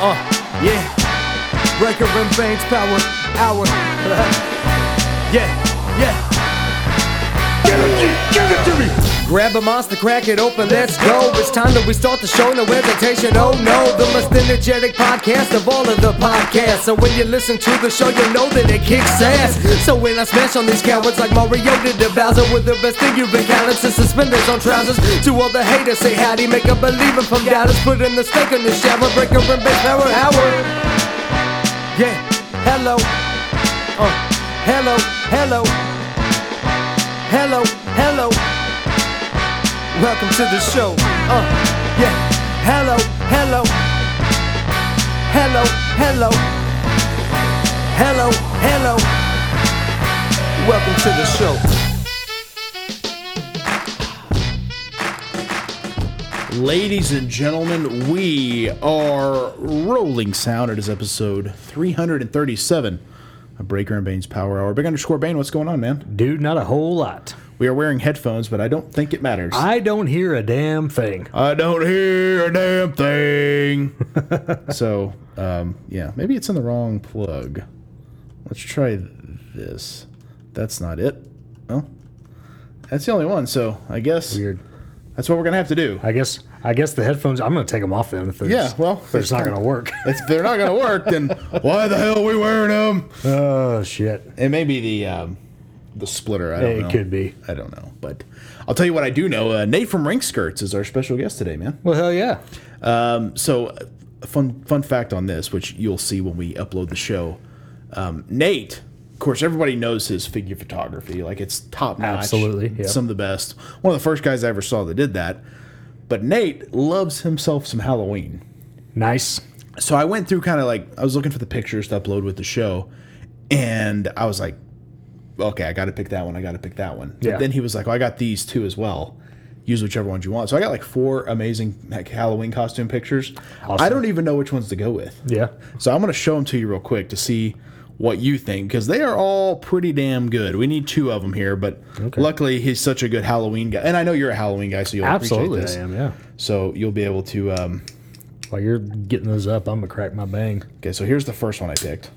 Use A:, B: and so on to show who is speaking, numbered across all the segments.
A: Uh, yeah. Breaker and Bane's power hour. yeah, yeah. Grab a monster, crack it open, let's go. It's time that we start the show, no hesitation. Oh no, the most energetic podcast of all of the podcasts. So when you listen to the show, you know that it kicks ass. So when I smash on these cowards like Mario did to Bowser, with the best thing you've been counting since suspenders on trousers. To all the haters, say howdy, make a believer from Dallas. Put in the steak in the shower, break up and base power hour. Yeah, hello, uh, hello, hello, hello, hello. Welcome to the show. Uh, yeah. Hello, hello. Hello, hello. Hello, hello. Welcome to the show.
B: Ladies and gentlemen, we are rolling sound. It is episode 337 of Breaker and Bane's Power Hour. Big underscore Bane, what's going on, man?
C: Dude, not a whole lot.
B: We are wearing headphones, but I don't think it matters. I,
C: I don't hear a damn thing.
B: don't hear a damn thing. so, um, yeah, maybe it's in the wrong plug. Let's try this. That's not it. Well, that's the only one. So, I guess
C: Weird.
B: that's what we're going to have to do.
C: I guess I guess the headphones. I'm gonna take them off then. If there's,
B: Yeah, well,
C: if it's not gonna work.
B: If they're not going to work, then why the hell are we wearing them?
C: oh shit!
B: It may be the um, the splitter. I don't
C: It
B: know.
C: could be.
B: I don't know, but I'll tell you what I do know. Uh, Nate from Rink Skirts is our special guest today, man.
C: Well, hell yeah.
B: Um, so, uh, fun fun fact on this, which you'll see when we upload the show. Um, Nate, of course, everybody knows his figure photography. Like it's top notch.
C: Absolutely, yeah.
B: some of the best. One of the first guys I ever saw that did that. But Nate loves himself some Halloween.
C: Nice.
B: So I went through kind of like I was looking for the pictures to upload with the show, and I was like, okay, I got to pick that one. I got to pick that one.
C: Yeah.
B: But then he was like, well, I got these two as well. Use whichever ones you want. So I got like four amazing like Halloween costume pictures. I
C: Awesome.
B: don't even know which ones to go with.
C: Yeah.
B: So I'm gonna show them to you real quick to see what you think because they are all pretty damn good. We need two of them here, but luckily he's such a good Halloween guy, and I know you're a Halloween guy, so you'll
C: Absolutely,
B: appreciate this.
C: I am. Yeah.
B: So you'll be able to. Um,
C: While you're getting those up, I'm gonna crack my bang.
B: Okay, so here's the first one I picked.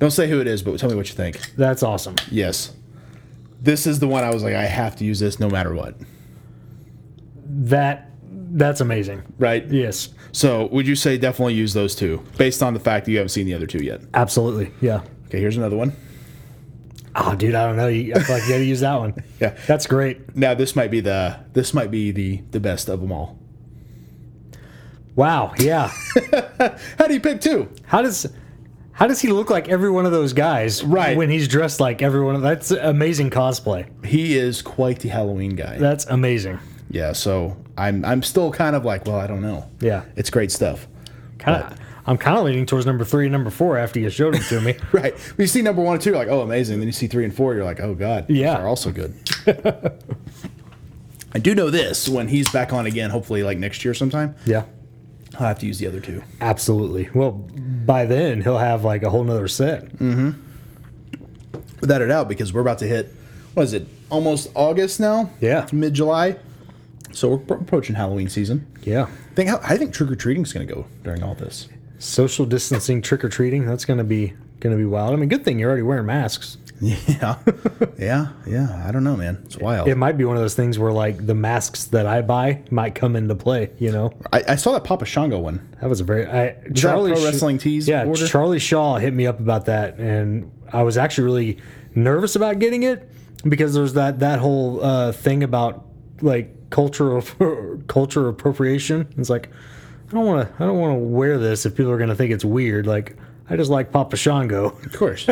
B: Don't say who it is, but tell me what you think.
C: That's awesome.
B: Yes. This is the one I was like, I have to use this no matter what.
C: That that's amazing.
B: Right?
C: Yes.
B: So, would you say definitely use those two based on the fact that you haven't seen the other two yet?
C: Absolutely. Yeah.
B: Okay, here's another one.
C: Oh, dude, I don't know. You- I feel like you got to use that one.
B: Yeah.
C: That's great.
B: Now, this might be the this might be the the best of them all.
C: Wow. Yeah.
B: How do you pick two?
C: How does how does he look like every one of those guys?
B: Right.
C: When he's dressed like every one of that's amazing cosplay.
B: He is quite the Halloween guy.
C: That's amazing.
B: yeah, so I'm I'm still kind of like, well, I don't know.
C: Yeah.
B: It's great stuff.
C: Kind of. I'm kind of leaning towards number three and number four after you showed them to me.
B: Right. But you see number one and two, you're like, oh, amazing. Then you see three and four, you're like, oh, God. these
C: Yeah.
B: Are also good. I do know this when he's back on again, hopefully like next year sometime,
C: yeah.
B: I'll have to use the other two.
C: Absolutely. Well, by then he'll have like a whole nother set.
B: Mm. Without a doubt, because we're about to hit, what is it, almost August now?
C: Yeah.
B: Mid July. So we're pro- approaching Halloween season.
C: Yeah.
B: I think, I think trick or treating is going to go during all this.
C: Social distancing, trick or treating. That's gonna be gonna be wild. I mean, good thing you're already wearing masks.
B: Yeah. yeah. Yeah. I don't know, man. It's wild.
C: It might be one of those things where like the masks that I buy might come into play. You know.
B: I, I saw that Papa Shango one.
C: That was a very I,
B: that a
C: Charlie
B: pro
C: Sh-
B: wrestling tees
C: Yeah,
B: order?
C: Charlie Shaw hit me up about that, and I was actually really nervous about getting it because there's that that whole uh, thing about like cultural culture appropriation. It's like I don't want to I don't want to wear this if people are going to think it's weird. Like I just like Papa Shango.
B: Of course.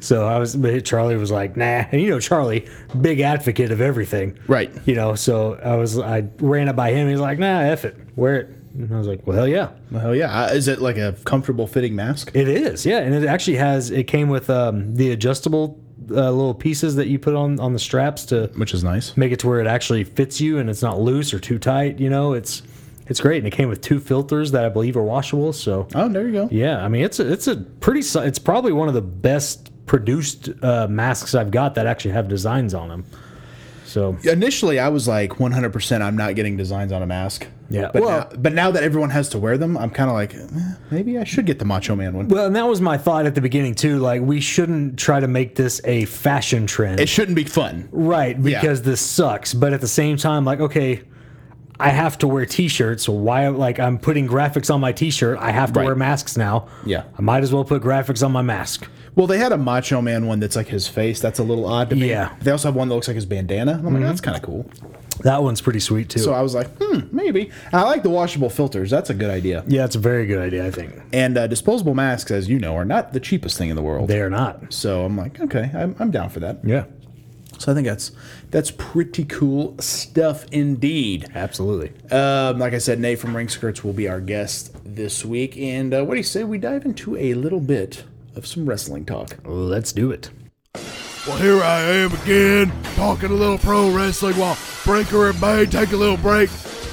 C: So I was, but Charlie was like, nah. And you know, Charlie, big advocate of everything.
B: Right.
C: You know, so I was, I ran it by him. He's like, nah, F it, wear it. And I was like, well, hell yeah.
B: Well, yeah. Uh, Is it like a comfortable fitting mask?
C: It is, yeah. And it actually has, it came with um, the adjustable uh, little pieces that you put on, on the straps to
B: Which is nice.
C: make it to where it actually fits you and it's not loose or too tight. You know, it's, it's great. And it came with two filters that I believe are washable. So
B: Oh, there you go.
C: yeah, I mean it's a, it's a pretty si- it's probably one of the best produced uh, masks I've got that actually have designs on them. So
B: Initially, I was like 100%. I'm not getting designs on a mask.
C: Yeah.
B: But,
C: Well-
B: now, but now that everyone has to wear them, I'm kind of like, eh, maybe I should get the Macho Man one.
C: well, and that was my thought at the beginning too. Like we shouldn't try to make this a fashion trend,
B: It shouldn't be fun.
C: right?
B: Yeah.
C: Because this sucks. But at the same time, like okay. I have to wear T-shirts. So why, like, I'm putting graphics on my T-shirt. I have to
B: Right.
C: wear masks now.
B: Yeah.
C: I might as well put graphics on my mask.
B: Well, they had a Macho Man one that's like his face. That's a little odd to me.
C: Yeah.
B: They also have one that looks like his bandana. I'm like, that's kind of cool.
C: That one's pretty sweet too.
B: So I was like, hmm, maybe. And I like the washable filters. That's a good idea.
C: yeah, it's a very good idea. I think
B: And uh, disposable masks, as you know, are not the cheapest thing in the world.
C: they are not.
B: so I'm like, okay, I'm, I'm down for that.
C: Yeah,
B: So I think that's that's pretty cool stuff indeed.
C: absolutely.
B: Um, like I said, Nate from Ring Skirts will be our guest this week. And uh, what do you say we dive into a little bit of some wrestling talk?
C: Let's do it.
D: Well, here I am again, talking a little pro wrestling while Breaker and Bay take a little break,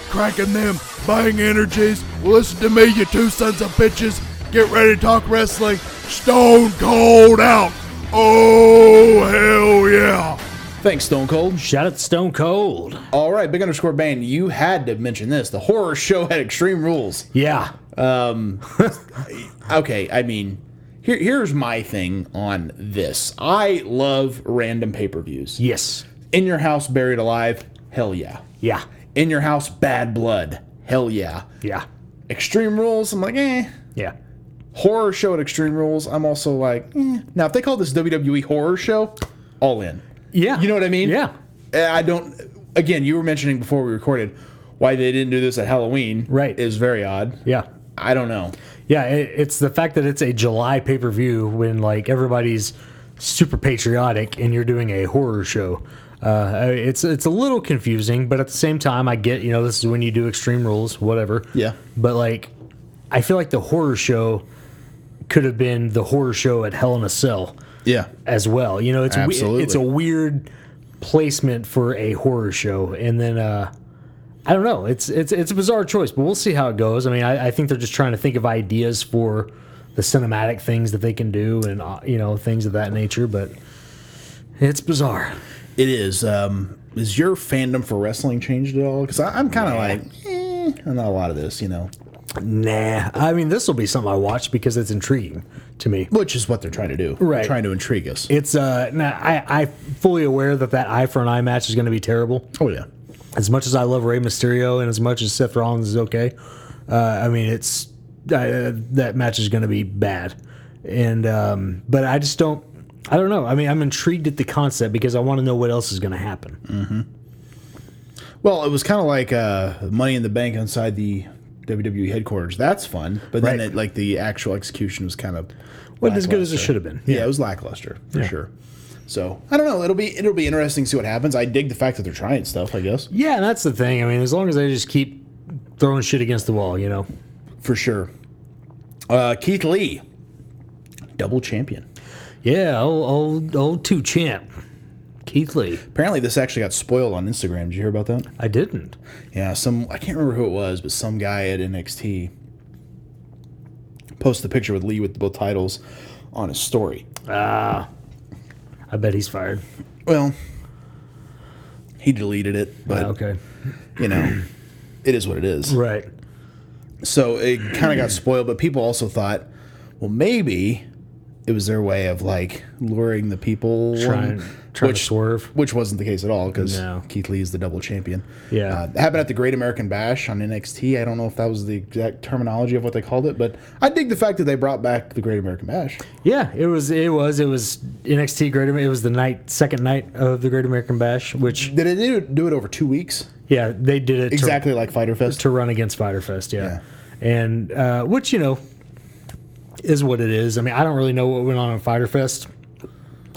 D: cracking them bang energies. Well, listen to me, you two sons of bitches. Get ready to talk wrestling. Stone cold out. Oh, hell yeah.
B: Thanks, Stone Cold.
C: Shout out to Stone Cold.
B: All right, big underscore Bane, you had to mention this. The horror show had extreme rules.
C: Yeah.
B: Okay, I mean, here, here's my thing on this. I love random pay per views.
C: Yes.
B: In your house, buried alive. Hell yeah.
C: Yeah.
B: In your house, bad blood. Hell yeah.
C: Yeah.
B: Extreme rules. I'm like, eh.
C: Yeah.
B: Horror show at Extreme Rules. I'm also like, eh. now if they call this WWE horror show, all in.
C: Yeah.
B: You know what I mean?
C: Yeah.
B: Eh, I don't. Again, you were mentioning before we recorded why they didn't do this at Halloween.
C: Right.
B: Is very odd.
C: Yeah.
B: I don't know.
C: Yeah. It, it's the fact that it's a July pay per view when like everybody's super patriotic and you're doing a horror show. Uh, it's it's a little confusing, but at the same time, I get you know this is when you do extreme rules, whatever.
B: Yeah.
C: But like, I feel like the horror show could have been the horror show at Hell in a Cell.
B: Yeah.
C: as well. You know, it's we-
B: Absolutely.
C: it's a weird placement for a horror show, and then uh, I don't know. It's it's it's a bizarre choice, but we'll see how it goes. I mean, I, I think they're just trying to think of ideas for the cinematic things that they can do, and uh, you know, things of that nature. But it's bizarre.
B: It is. Um, is your fandom for wrestling changed at all? Because I'm kind of like, eh, I'm not a lot of this, you know.
C: Nah, I mean, this will be something I watch because it's intriguing to me.
B: Which is what they're trying to do.
C: Right.
B: Trying to intrigue us.
C: It's uh, nah, I I fully aware that that eye for an eye match is going to be terrible.
B: oh yeah.
C: as much as I love Rey Mysterio and as much as Seth Rollins is okay, uh, I mean it's uh, that match is going to be bad, and um, but I just don't. I don't know. I mean, I'm intrigued at the concept because I want to know what else is going to happen.
B: Well, it was kind of like uh, Money in the Bank inside the WWE headquarters. That's fun, but then
C: Right.
B: it, like the actual execution was kind of
C: Wasn't as good as it
B: lackluster.
C: should have been.
B: Yeah, it was lackluster for sure. So I don't know. It'll be it'll be interesting to see what happens. I dig the fact that they're trying stuff. I guess
C: Yeah, and that's the thing. I mean, as long as they just keep throwing shit against the wall, you know.
B: for sure. Uh, Keith Lee, double champion.
C: Yeah, old old, old two champ, Keith Lee.
B: Apparently, this actually got spoiled on Instagram. Did you hear about that?
C: I didn't.
B: Yeah, some I can't remember who it was, but some guy at NXT posted a picture with Lee with both titles on his story.
C: I bet he's fired.
B: Well, he deleted it, but
C: Ah, okay.
B: you know, it is what it is.
C: Right.
B: So it kind of got spoiled, but people also thought, well, maybe it was their way of like luring the people,
C: Trying, trying
B: which
C: to swerve.
B: which wasn't the case at all because
C: No.
B: Keith Lee is the double champion.
C: Yeah.
B: uh, it happened at the Great American Bash on NXT. I don't know if that was the exact terminology of what they called it, but I dig the fact that they brought back the Great American Bash.
C: Yeah, it was. It was. It was NXT Great. Amer- It was the night, second night of the Great American Bash. Which
B: Did they do- do it over two weeks?
C: yeah, they did it
B: Exactly like Fighter Fest.
C: to, to run against Fighter Fest. Yeah, and uh, which you know, is what it is. I mean, I don't really know what went on at Fighter Fest,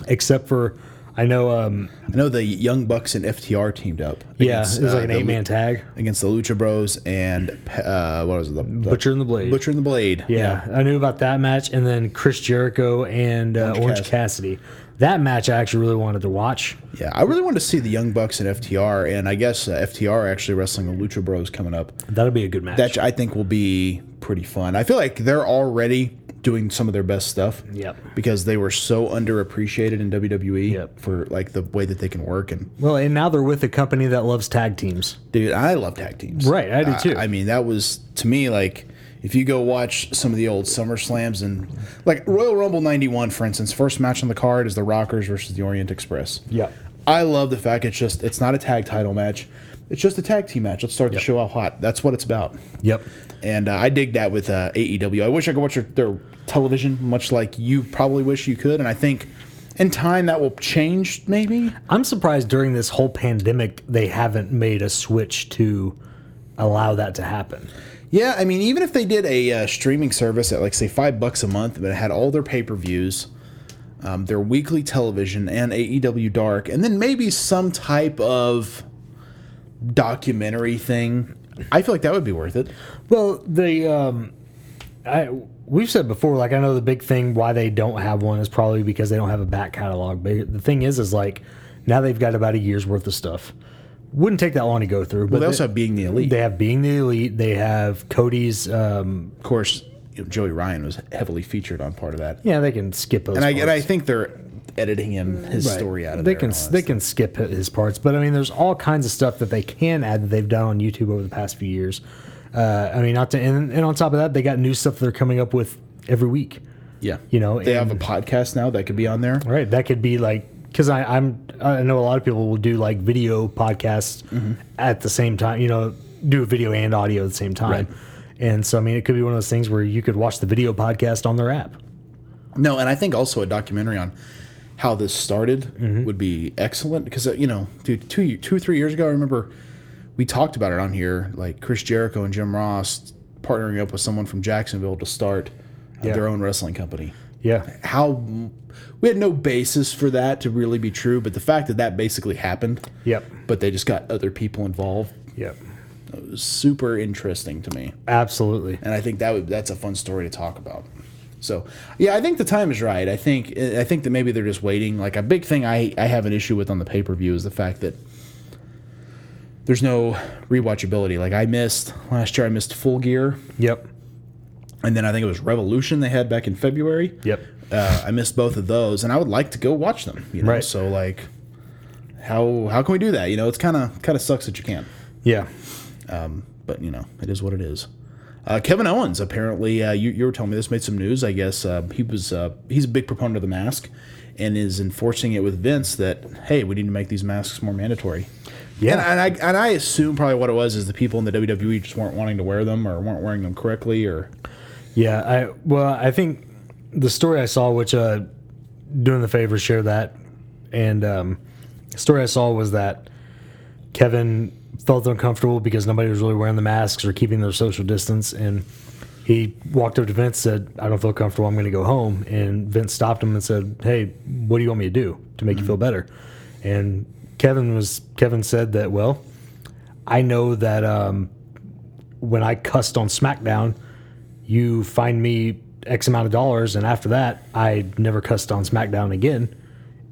C: except for I know. Um,
B: I know the Young Bucks and FTR teamed up.
C: yeah,
B: against,
C: it was
B: uh,
C: like an
B: the
C: eight man
B: Lu-
C: tag.
B: against the Lucha Bros and uh, what was it? The, the-
C: Butcher and the Blade.
B: Butcher and the Blade.
C: Yeah, I knew about that match, and then Chris Jericho and uh, Orange, Cassidy. That match I actually really wanted to watch.
B: yeah. I really wanted to see the Young Bucks and FTR, and I guess uh, FTR actually wrestling the Lucha Bros coming up.
C: That'll be a good match.
B: That I think will be pretty fun. I feel like they're already doing some of their best stuff.
C: Yep.
B: Because they were so underappreciated in WWE
C: Yep.
B: for like the way that they can work and
C: well, and now they're with a company that loves tag teams.
B: Dude, I love tag teams.
C: Right, I do too.
B: I, mean, that was to me like if you go watch some of the old Summer Slams and like Royal Rumble '91, for instance, first match on the card is the Rockers versus the Orient Express.
C: Yep.
B: I love the fact it's just it's not a tag title match, it's just a tag team match. Let's start the show out hot. That's what it's about.
C: Yep.
B: And uh, I dig that with uh, AEW. I wish I could watch their, their television, much like you probably wish you could. And I think in time that will change, maybe.
C: I'm surprised during this whole pandemic they haven't made a switch to allow that to happen.
B: Yeah, I mean, even if they did a uh, streaming service at like say five bucks a month, but it had all their pay per views, um, their weekly television, and AEW Dark, and then maybe some type of documentary thing, I feel like that would be worth it.
C: Well, the um, I we've said before, like I know the big thing why they don't have one is probably because they don't have a back catalog. But the thing is, is like now they've got about a year's worth of stuff. Wouldn't take that long to go through. But
B: Well, they also have Being the Elite.
C: They have being the elite. They have Cody's. Um,
B: of course, you know, Joey Ryan was heavily featured on part of that,
C: yeah, they can skip those.
B: and I and I
C: parts.
B: think they're editing him his
C: Right.
B: story out of
C: they
B: there
C: can
B: and all that
C: they can skip hi- his parts, but I mean, there's all kinds of stuff that they can add that they've done on YouTube over the past few years. Uh, I mean, not to and, and on top of that, they got new stuff they're coming up with every week.
B: Yeah,
C: you know,
B: they have a
C: and-
B: podcast now that could be on there.
C: Right. That could be like because I'm I know a lot of people will do like video podcasts
B: Mm-hmm.
C: at the same time. You know, do video and audio at the same time. And so I mean, it could be one of those things where you could watch the video podcast on their app.
B: No, and I think also a documentary on how this started would be excellent because uh, you know, dude, two two three years ago, I remember we talked about it on here, like Chris Jericho and Jim Ross partnering up with someone from Jacksonville to start uh,
C: Yeah.
B: their own wrestling company.
C: Yeah.
B: How m- we had no basis for that to really be true, but the fact that that basically happened,
C: Yep.
B: but they just got other people involved,
C: Yep.
B: was super interesting to me
C: Absolutely.
B: and I think that would that's a fun story to talk about. So yeah, I think the time is right. I think I think that maybe they're just waiting. Like a big thing I I have an issue with on the pay per view is the fact that there's no rewatchability. Like I missed last year, I missed Full Gear,
C: Yep.
B: and then I think it was Revolution they had back in February.
C: Yep.
B: Uh, I missed both of those, and I would like to go watch them. You know,
C: Right.
B: so like. How, how can we do that? You know, it's kind of kind of sucks that you can't
C: Yeah.
B: but you know, it is what it is. Uh, Kevin Owens apparently, uh, you, you were telling me this made some news. I guess uh, he was uh, he's a big proponent of the mask, and is enforcing it with Vince that hey, we need to make these masks more mandatory.
C: Yeah.
B: and, and I and I assume probably what it was is the people in the WWE just weren't wanting to wear them or weren't wearing them correctly or
C: Yeah, I well, I think the story I saw, which uh, doing the favor share that, and um, the story I saw was that Kevin felt uncomfortable because nobody was really wearing the masks or keeping their social distance, and he walked up to Vince said, "I don't feel comfortable. I'm going to go home." And Vince stopped him and said, "Hey, what do you want me to do to make you feel better?" And Kevin was Kevin said that well. I know that um, when I cussed on SmackDown, you find me X amount of dollars, and after that, I never cussed on SmackDown again.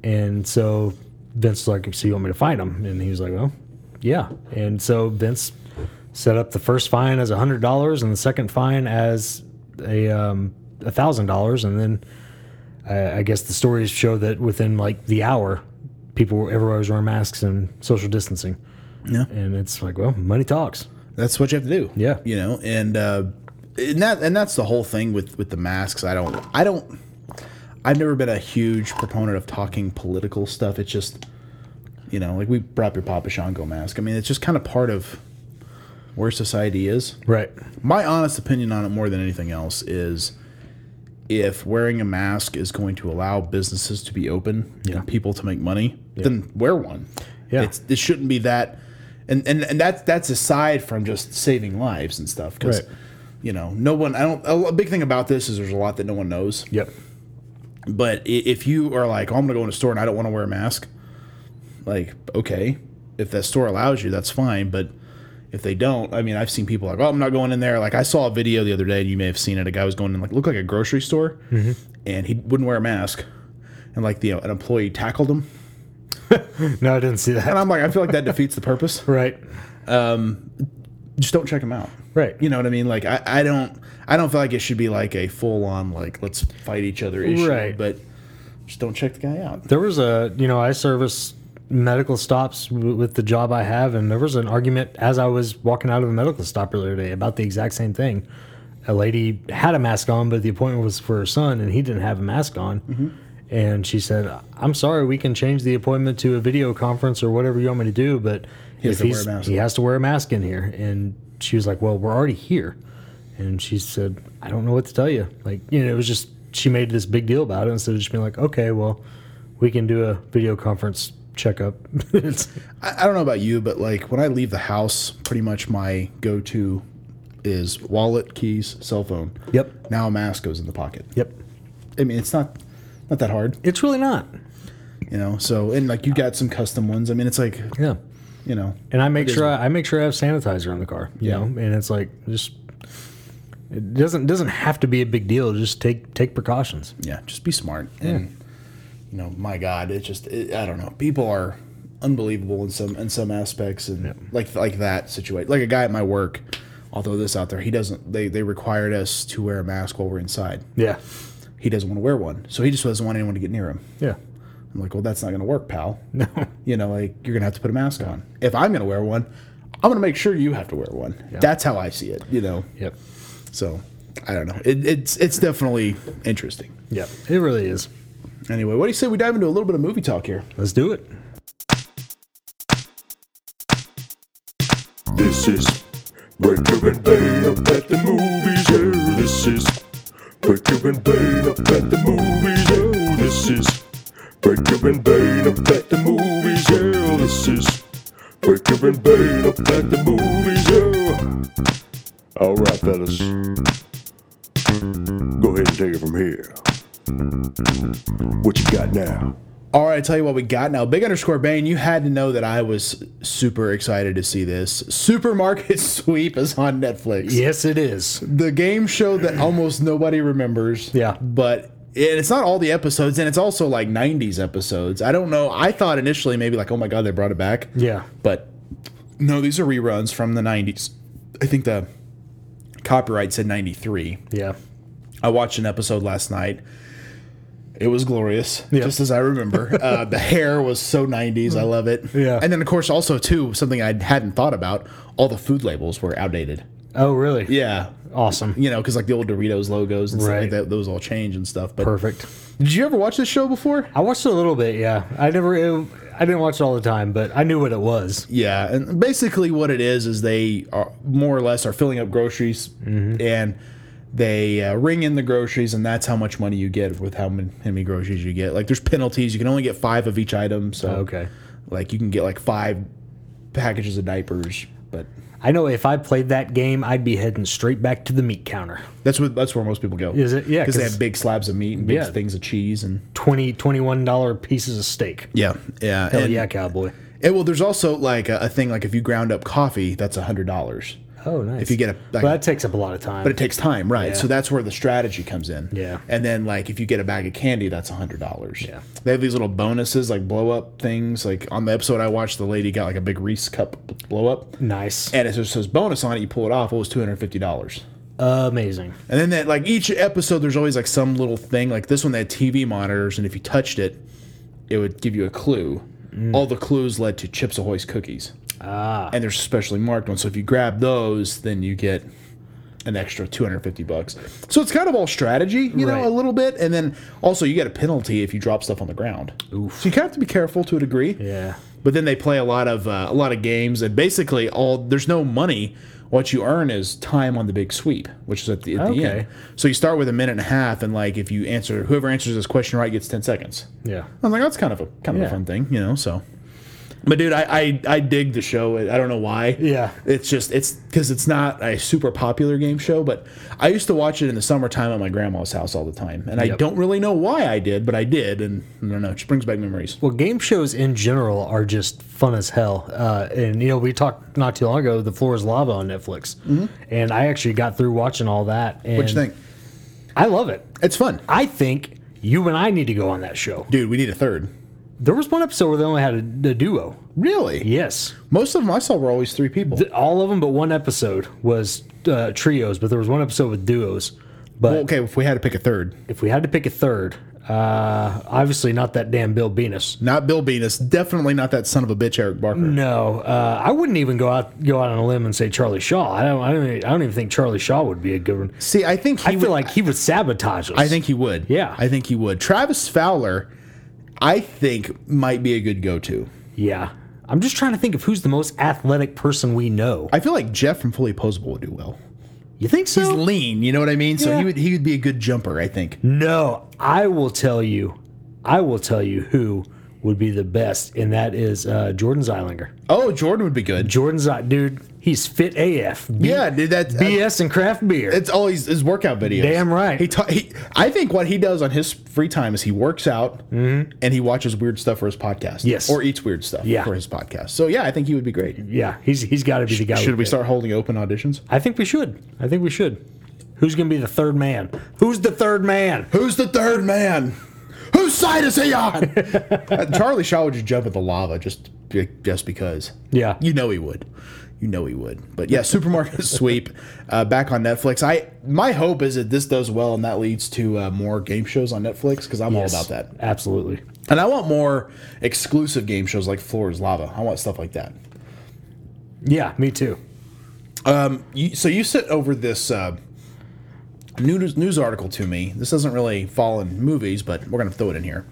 C: And so Vince was like, So you want me to find him? And he was like, Well, yeah. And so Vince set up the first fine as $100 and the second fine as a um, $1,000. And then I, I guess the stories show that within like the hour, people were, everywhere was wearing masks and social distancing.
B: Yeah.
C: And it's like, Well, money talks.
B: that's what you have to do.
C: Yeah.
B: you know, and uh, and that and that's the whole thing with with the masks. I don't I don't I've never been a huge proponent of talking political stuff. It's just you know, like we brought up your Papa Shango mask. I mean, it's just kind of part of where society is.
C: Right.
B: My honest opinion on it more than anything else is if wearing a mask is going to allow businesses to be open and people to make money, then wear one.
C: Yeah.
B: It's, it shouldn't be that and, and, and that's that's aside from just saving lives and stuff. Because
C: Right.
B: you know, no one. I don't. A big thing about this is there's a lot that no one knows.
C: Yep.
B: But i- if you are like, oh, I'm going to go in a store and I don't want to wear a mask, like, okay. If that store allows you, that's fine. But if they don't, I mean, I've seen people like, oh, I'm not going in there. Like, I saw a video the other day, and you may have seen it. A guy was going in, like, looked like a grocery store, and he wouldn't wear a mask. And, like, the, uh, an employee tackled him.
C: No, I didn't see
B: And
C: that.
B: I'm like, I feel like that defeats the purpose.
C: Right.
B: Just don't check him out.
C: Right.
B: You know what I mean? Like, I, I don't, I don't feel like it should be like a full on, like, let's fight each other issue.
C: Right.
B: But just don't check the guy out.
C: There was a, you know, I service medical stops w- with the job I have, and there was an argument as I was walking out of a medical stop earlier today about the exact same thing. A lady had a mask on, but the appointment was for her son, and he didn't have a mask on.
B: Mm-hmm.
C: And she said, "I'm sorry, we can change the appointment to a video conference or whatever you want me to do, but
B: has
C: if
B: to wear
C: he's-
B: a mask."
C: he has to wear a mask in here." And she was like, "Well, we're already here." And she said, I don't know what to tell you. Like, you know, it was just, she made this big deal about it instead of just being like, okay, well, we can do a video conference checkup. It's-
B: I, I don't know about you, but like when I leave the house, pretty much my go to is wallet, keys, cell phone.
C: Yep.
B: Now a mask goes in the pocket.
C: yep.
B: I mean, it's not not that hard,
C: It's really not.
B: you know. So and like you got some custom ones. I mean, it's like
C: Yeah.
B: you know,
C: And I make sure I, I make sure I have sanitizer in the car, you know, and it's like just, it doesn't, doesn't have to be a big deal. Just take, take precautions.
B: yeah, just be smart. And you know, my God, it's just it, I don't know. People are unbelievable in some in some aspects, and like like that situation. Like a guy at my work. I'll throw this out there. He doesn't. They they required us to wear a mask while we're inside.
C: Yeah.
B: He doesn't want to wear one, so he just doesn't want anyone to get near him.
C: Yeah.
B: I'm like, well, that's not going to work, pal. No. You know, like, you're going to have to put a mask on. If I'm going to wear one, I'm going to make sure you have to wear one. That's how I see it, you know?
C: Yep.
B: So, I don't know. It, it's, it's definitely interesting.
C: Yep. It really is.
B: Anyway, what do you say we dive into a little bit of movie talk here?
C: Let's do it.
E: This is Breaker and Bane up at the movies. Yeah, this is Breaker and Bane up at the movies. Yeah, this is Breaker and Bane up at the movies. Yeah, this is Breaker and Bane up at the movies. Yeah. All right, fellas. Go ahead and take it from here. What you got now?
B: All right, I tell you what we got now. Big underscore Bane, you had to know that I was super excited to see this. Supermarket Sweep is on Netflix.
C: Yes, it is.
B: the game show that almost nobody remembers.
C: Yeah.
B: But and it's not all the episodes, and it's also like '90s episodes. I don't know. I thought initially maybe like, oh my god, they brought it back.
C: Yeah.
B: But no, these are reruns from the '90s. I think the copyright said '93.
C: Yeah.
B: I watched an episode last night. It was glorious,
C: Yeah.
B: just as I remember. uh, the hair was so 90s. I love it.
C: Yeah.
B: And then, of course, also, too, something I hadn't thought about all the food labels were outdated.
C: Oh, really?
B: Yeah
C: Awesome.
B: you know, because like the old Doritos logos and stuff
C: Right.
B: like that, those all change and stuff. But
C: Perfect.
B: did you ever watch this show before?
C: I watched it a little bit, yeah. I never, it, I didn't watch it all the time, but I knew what it was.
B: Yeah, and basically what it is is they are more or less are filling up groceries,
C: Mm-hmm.
B: and they uh, ring in the groceries, and that's how much money you get with how many, how many groceries you get. Like there's penalties; you can only get five of each item. So
C: Okay.
B: like you can get like five packages of diapers, but
C: I know if I played that game, I'd be heading straight back to the meat counter.
B: that's what that's where most people go.
C: Is it? Yeah,
B: because they
C: 'cause-
B: have big slabs of meat and big
C: Yeah.
B: things of cheese and
C: Twenty, twenty-one dollar pieces of steak.
B: yeah, yeah,
C: Hell yeah, cowboy.
B: And Eh, well, there's also like a, a thing like if you ground up coffee, that's a hundred dollars.
C: Oh, nice.
B: If you get a, like,
C: well, that takes up a lot of time.
B: but it takes time, right? So that's where the strategy comes in.
C: Yeah.
B: And then like if you get a bag of candy, that's a hundred dollars.
C: Yeah.
B: They have these little bonuses like blow up things. Like on the episode I watched, the lady got like a big Reese cup blow up,
C: nice.
B: and it just says bonus on it. You pull it off, it was two hundred fifty dollars.
C: Amazing.
B: And then that like each episode, there's always like some little thing. Like this one, they had TV monitors, and if you touched it, it would give you a clue.
C: Mm.
B: All the clues led to Chips Ahoy's cookies. Ah. And there's specially marked ones. So if you grab those, then you get an extra 250 bucks. So it's kind of all strategy, you
C: Right.
B: know, a little bit. And then also you get a penalty if you drop stuff on the ground. So you kind of have to be careful to a degree.
C: Yeah.
B: But then they play a lot of uh, a lot of games, and basically all there's no money. What you earn is time on the big sweep, which is at the, at
C: Okay.
B: the end. So you start with a minute and a half, and like if you answer whoever answers this question right gets ten seconds.
C: Yeah.
B: I'm like that's kind of a kind of
C: Yeah.
B: a fun thing, you know. So But dude, I, I I dig the show. I don't know why.
C: Yeah.
B: It's just it's because it's not a super popular game show, but I used to watch it in the summertime at my grandma's house all the time, and I don't really know why I did, but I did, and I don't know. It just brings back memories.
C: Well, game shows in general are just fun as hell. Uh, and, you know, we talked not too long ago, The Floor is Lava on Netflix. And I actually got through watching all that. And
B: What Mm-hmm. you think?
C: I love it.
B: It's fun,
C: I think you and I need to go on that show.
B: dude. We need a third.
C: There was one episode where they only had a, a duo.
B: Really?
C: Yes.
B: Most of them I saw were always three people.
C: Th- All of them but one episode was uh, trios, but there was one episode with duos. But
B: Well, okay, if we had to pick a third,
C: if we had to pick a third, uh, obviously not that damn Bill Venus.
B: not Bill Venus, definitely not that son of a bitch Eric Barker.
C: No, uh, I wouldn't even go out go out on a limb and say Charlie Shaw. I don't. I don't. Even, I don't even think Charlie Shaw would be a good one.
B: See, I think he
C: I feel
B: would-
C: like he would sabotage us.
B: I think he would.
C: Yeah.
B: I think he would. Travis Fowler, I think might be a good go-to.
C: Yeah. I'm just trying to think of who's the most athletic person we know.
B: I feel like Jeff from Fully Posable would do well.
C: You think so?
B: He's lean, you know what I mean? So
C: Yeah.
B: he would he would be a good jumper, I think.
C: No, I will tell you. I will tell you who would be the best, and that is uh, Jordan Zeilinger.
B: Oh, Jordan would be good.
C: Jordan Zeilinger, dude, he's fit AF. B-
B: Yeah, dude, that's
C: BS and craft beer.
B: it's all his, his workout videos.
C: Damn right.
B: He, ta- he I think what he does on his free time is he works out and he watches weird stuff for his podcast.
C: Mm-hmm. Yes.
B: Or eats weird stuff
C: Yeah.
B: for his podcast. So yeah, I think he would be great.
C: yeah, he's he's got to be the guy.
B: Should we
C: pick.
B: start holding open auditions?
C: I think we should. I think we should. Who's going to be the third man? Who's the third man?
B: Who's the third man? Whose side is he on? Uh, Charlie Shaw would just jump at the lava just just because.
C: Yeah.
B: You know he would. You know he would. But yeah, supermarket sweep uh, back on Netflix. I my hope is that this does well and that leads to uh, more game shows on Netflix because I'm all about that.
C: Absolutely.
B: And I want more exclusive game shows like Floor is Lava. I want stuff like that.
C: Yeah, me too.
B: You, so you sent over this uh, news news article to me. This doesn't really fall in movies, but we're gonna throw it in here.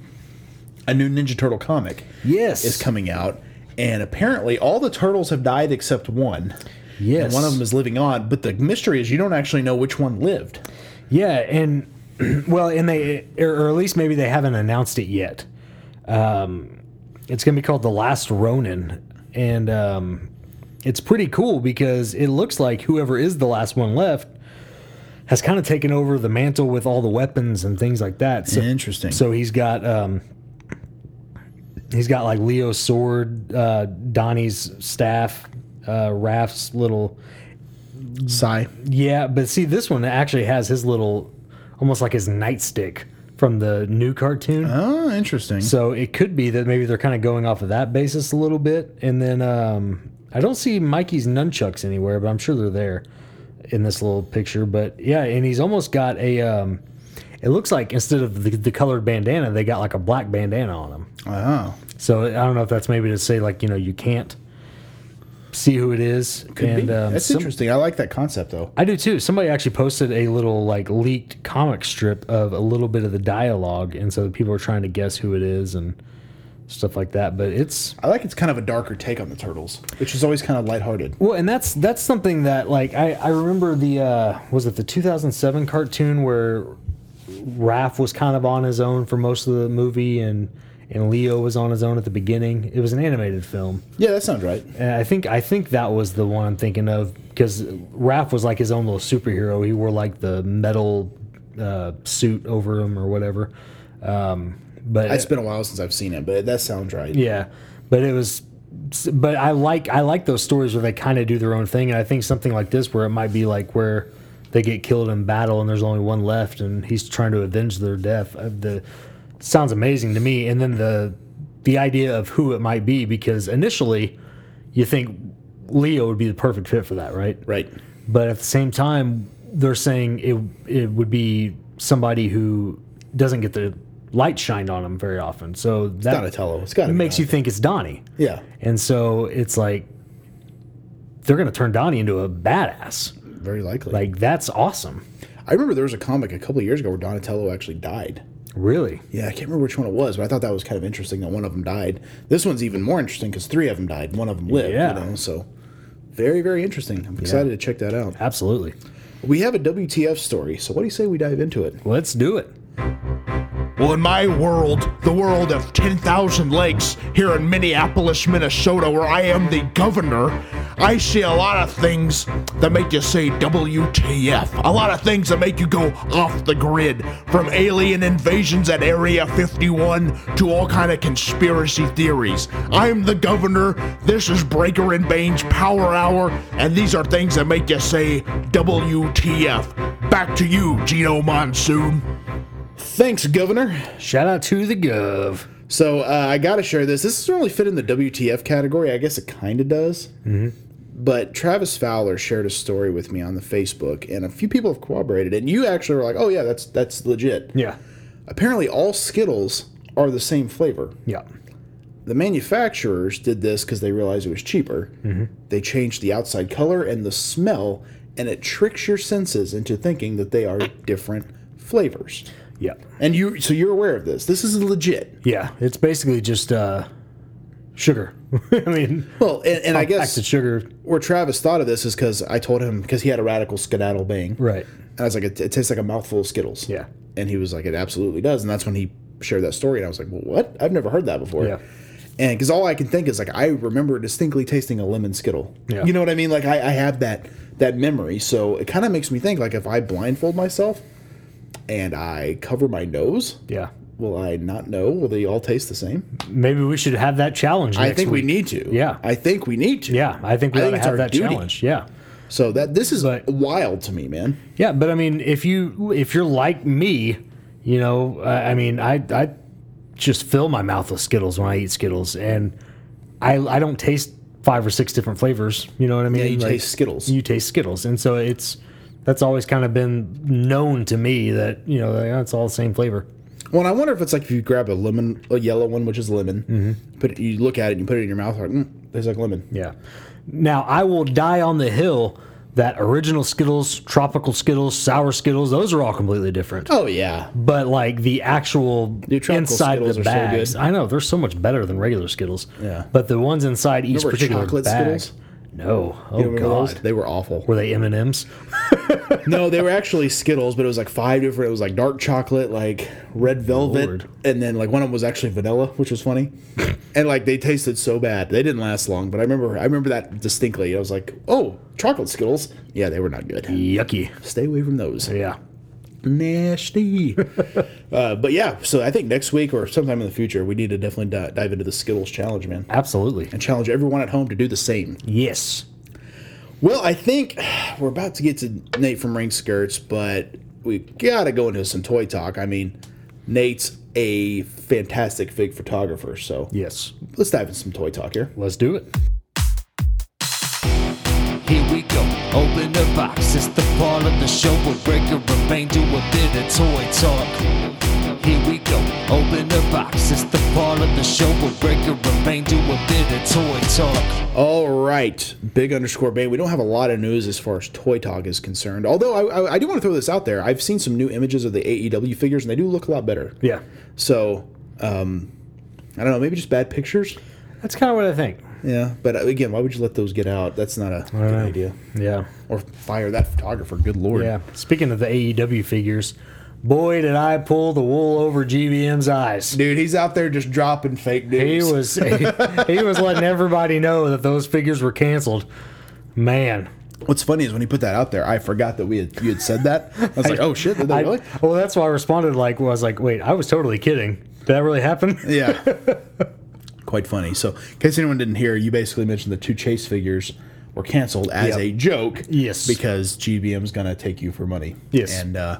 B: A new Ninja Turtle comic
C: Yes.
B: is coming out, and apparently all the turtles have died except one.
C: Yes.
B: And one of them is living on, but the mystery is you don't actually know which one lived.
C: Yeah, and well, and they or, or at least maybe they haven't announced it yet. Um, it's going to be called The Last Ronin, and um, it's pretty cool because it looks like whoever is the last one left has kind of taken over the mantle with all the weapons and things like that. So,
B: Interesting.
C: So he's got um, he's got like Leo's sword, uh, Donnie's staff, uh, Raph's little.
B: Sigh.
C: Yeah, but see, this one actually has his little, almost like his nightstick from the new cartoon.
B: Oh, interesting.
C: So it could be that maybe they're kind of going off of that basis a little bit. And then um, I don't see Mikey's nunchucks anywhere, but I'm sure they're there in this little picture. But yeah, and he's almost got a. Um, it looks like instead of the, the colored bandana, they got like a black bandana on him.
B: Wow.
C: So I don't know if that's maybe to say like you know you can't see who it is.
B: Could
C: and
B: be.
C: Um,
B: That's
C: some-
B: interesting. I like that concept though.
C: I do too. Somebody actually posted a little like leaked comic strip of a little bit of the dialogue, and so people are trying to guess who it is and stuff like that. But it's
B: I like it's kind of a darker take on the turtles, which is always kind of lighthearted.
C: well, and that's that's something that like I I remember the uh, was it the 2007 cartoon where Raph was kind of on his own for most of the movie and. And Leo was on his own at the beginning. It was an animated film,
B: Yeah, that sounds right.
C: and I think I think that was the one I'm thinking of because Raph was like his own little superhero. He wore like the metal uh, suit over him or whatever. Um, but
B: It's been a while since I've seen it, but that sounds right.
C: yeah, but it was. But I like I like those stories where they kind of do their own thing, and I think something like this where it might be like where they get killed in battle and there's only one left, and he's trying to avenge their death. Uh, The sounds amazing to me, and then the the idea of who it might be because initially you think Leo would be the perfect fit for that, right?
B: Right.
C: But at the same time, they're saying it it would be somebody who doesn't get the light shined on them very often. So that
B: Donatello. It's gotta
C: it
B: be
C: makes you think it's Donnie.
B: Yeah.
C: And so it's like they're gonna turn Donnie into a badass.
B: Very likely.
C: Like that's awesome.
B: I remember there was a comic a couple of years ago where Donatello actually died.
C: Really?
B: Yeah, I can't remember which one it was, but I thought that was kind of interesting that one of them died. This one's even more interesting because three of them died, one of them lived.
C: Yeah.
B: You know, so very, very interesting. I'm excited to check that out.
C: Absolutely.
B: We have a WTF story, so what do you say we dive into it?
C: Let's do it.
F: Well, in my world, the world of 10,000 lakes here in Minneapolis, Minnesota, where I am the governor, I see a lot of things that make you say WTF. A lot of things that make you go off the grid, from alien invasions at Area 51 to all kind of conspiracy theories. I'm the governor. This is Breaker and Bane's Power Hour, and these are things that make you say WTF. Back to you, Gino Monsoon.
B: Thanks, Governor.
C: Shout out to the Gov.
B: So uh, I got to share this. This doesn't really fit in the WTF category. I guess it kind of does. But Travis Fowler shared a story with me on the Facebook, and a few people have corroborated it. And you actually were like, "Oh yeah, that's that's legit."
C: Yeah.
B: Apparently, all Skittles are the same flavor.
C: Yeah.
B: The manufacturers did this because they realized it was cheaper. They changed the outside color and the smell, and it tricks your senses into thinking that they are different flavors.
C: Yeah.
B: And you, so you're aware of this. This is legit.
C: Yeah. It's basically just uh, sugar. I mean,
B: Well, and, and I guess
C: compacted sugar.
B: where Travis thought of this is because I told him because he had a radical skedaddle bang.
C: Right.
B: And I was like, it, it tastes like a mouthful of Skittles.
C: Yeah.
B: And he was like, it absolutely does. And that's when he shared that story. And I was like, well, what? I've never heard that before.
C: Yeah.
B: And because all I can think is like, I remember distinctly tasting a lemon Skittle.
C: Yeah.
B: You know what I mean? Like I, I have that that memory. So it kind of makes me think like if I blindfold myself and I cover my nose,
C: Yeah.
B: will I not know? Will they all taste the same?
C: Maybe we should have that challenge.
B: I
C: next
B: think we
C: week.
B: need to.
C: Yeah.
B: I think we need to.
C: Yeah, I think we
B: I
C: ought
B: think
C: to
B: it's
C: have
B: our
C: that
B: duty.
C: challenge. Yeah.
B: So that this is
C: But-
B: wild to me, man.
C: Yeah, but I mean, if you if you're like me, you know, I, I mean, I I just fill my mouth with Skittles when I eat Skittles, and I I don't taste five or six different flavors. You know what I mean?
B: Yeah, you
C: Like,
B: taste Skittles.
C: You taste Skittles, and so it's that's always kind of been known to me that you know like, oh, it's all the same flavor.
B: Well, and I wonder if it's like if you grab a lemon, a yellow one, which is lemon, but you look at it and you put it in your mouth, like, mm, tastes like lemon.
C: Yeah. Now I will die on the hill that original Skittles, tropical Skittles, sour Skittles, those are all completely different.
B: Oh yeah,
C: but like the actual
B: Dude, tropical
C: inside
B: Skittles
C: the
B: are so
C: bags,
B: good.
C: I know they're so much better than regular Skittles.
B: Yeah.
C: But the ones inside each
B: Remember
C: particular
B: chocolate
C: bag.
B: Skittles?
C: No.
B: You
C: Oh
B: remember
C: god.
B: those? They were awful.
C: Were they M and M's?
B: no, they were actually Skittles, but it was like five different. It was like dark chocolate, like red velvet,
C: Lord.
B: and then like one of them was actually vanilla, which was funny. and like they tasted so bad, they didn't last long. But I remember, I remember that distinctly. I was like, oh, chocolate Skittles. Yeah, they were not good.
C: Yucky.
B: Stay away from those.
C: Yeah.
B: nasty. uh, but yeah, so I think next week or sometime in the future, we need to definitely di- dive into the Skittles challenge, man,
C: Absolutely.
B: and challenge everyone at home to do the same.
C: Yes.
B: Well, I think we're about to get to Nate from Ring Skirts, but we gotta go into some toy talk. I mean, Nate's a fantastic fig photographer, so
C: Yes.
B: let's dive into some toy talk here.
C: Let's do it.
G: Here we go, open the box. It's the part of the show where Breaker and Bane do a bit of toy talk. Here we go, open the box. It's the part of the show where Breaker and Bane do a bit of toy talk.
B: All right, big underscore Bane. We don't have a lot of news as far as Toy Talk is concerned. Although I, I, I do want to throw this out there. I've seen some new images of the AEW figures, and they do look a lot better.
C: Yeah.
B: So, um, I don't know. Maybe just bad pictures.
C: That's kind of what I think.
B: Yeah, but uh, again, why would you let those get out? That's not a good idea.
C: Yeah.
B: Or fire that photographer. Good lord.
C: Yeah. Speaking of the AEW figures, boy did I pull the wool over GBM's eyes.
B: Dude, he's out there just dropping fake
C: He
B: news.
C: was he, he was letting everybody know that those figures were canceled. Man.
B: What's funny is when he put that out there, I forgot that we had you had said that. I was like, oh shit, did they
C: I-
B: really?
C: Well, that's why I responded like well, I was like, wait, I was totally kidding. Did that really happen?
B: Yeah. Quite funny. So, in case anyone didn't hear, you basically mentioned the two chase figures were canceled as
C: Yep.
B: a joke.
C: Yes.
B: Because GBM's going to take you for money.
C: Yes.
B: And, uh,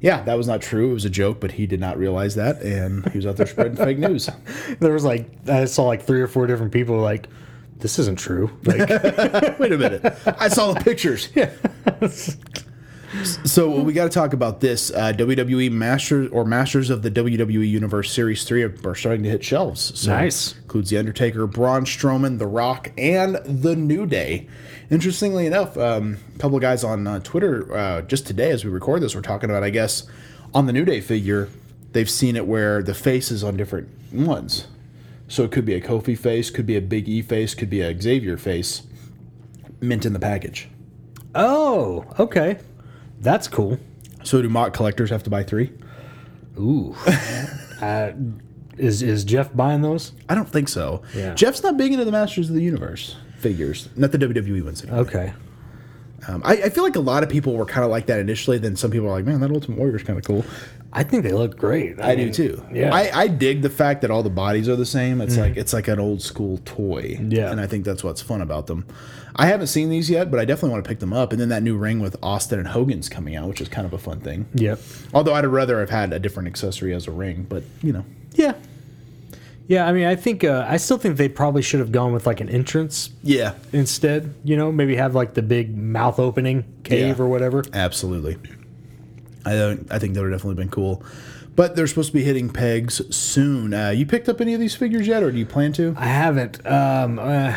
B: yeah, that was not true. It was a joke, but he did not realize that, and he was out there spreading fake news.
C: There was like I saw like three or four different people like, this isn't true. Like,
B: Wait a minute, I saw the pictures. Yeah. so we got to talk about this uh, WWE Masters or Masters of the WWE Universe Series Three are starting to hit shelves. So
C: Nice.
B: Includes the Undertaker, Braun Strowman, The Rock, and the New Day. Interestingly enough, um, a couple of guys on uh, Twitter uh, just today, as we record this, were talking about. I guess on the New Day figure, they've seen it where the face is on different ones. So it could be a Kofi face, could be a Big E face, could be a Xavier face, mint in the package.
C: oh, okay, that's cool.
B: So do mock collectors have to buy three?
C: Ooh. uh, is is Jeff buying those?
B: I don't think so.
C: Yeah.
B: Jeff's not big into the Masters of the Universe figures, not the WWE ones. Anyway.
C: Okay.
B: Um, I, I feel like a lot of people were kind of like that initially. Then some people are like, "Man, that Ultimate Warrior's kind of cool."
C: I think they look great.
B: I do
C: mean,
B: too.
C: Yeah. Mm.
B: I, I dig the fact that all the bodies are the same. It's like it's like an old school toy.
C: Yeah.
B: and I think that's what's fun about them. I haven't seen these yet, but I definitely want to pick them up. And then that new ring with Austin and Hogan's coming out, which is kind of a fun thing.
C: Yep.
B: Although I'd rather have had a different accessory as a ring, but you know, yeah,
C: Yeah. I mean, I think uh, I still think they probably should have gone with like an entrance
B: yeah,
C: instead. You know, maybe have like the big mouth opening cave
B: Yeah.
C: or whatever.
B: absolutely. I don't, I think that would have definitely been cool. But they're supposed to be hitting pegs soon. Uh, you picked up any of these figures yet, or do you plan to?
C: I haven't. Um, uh,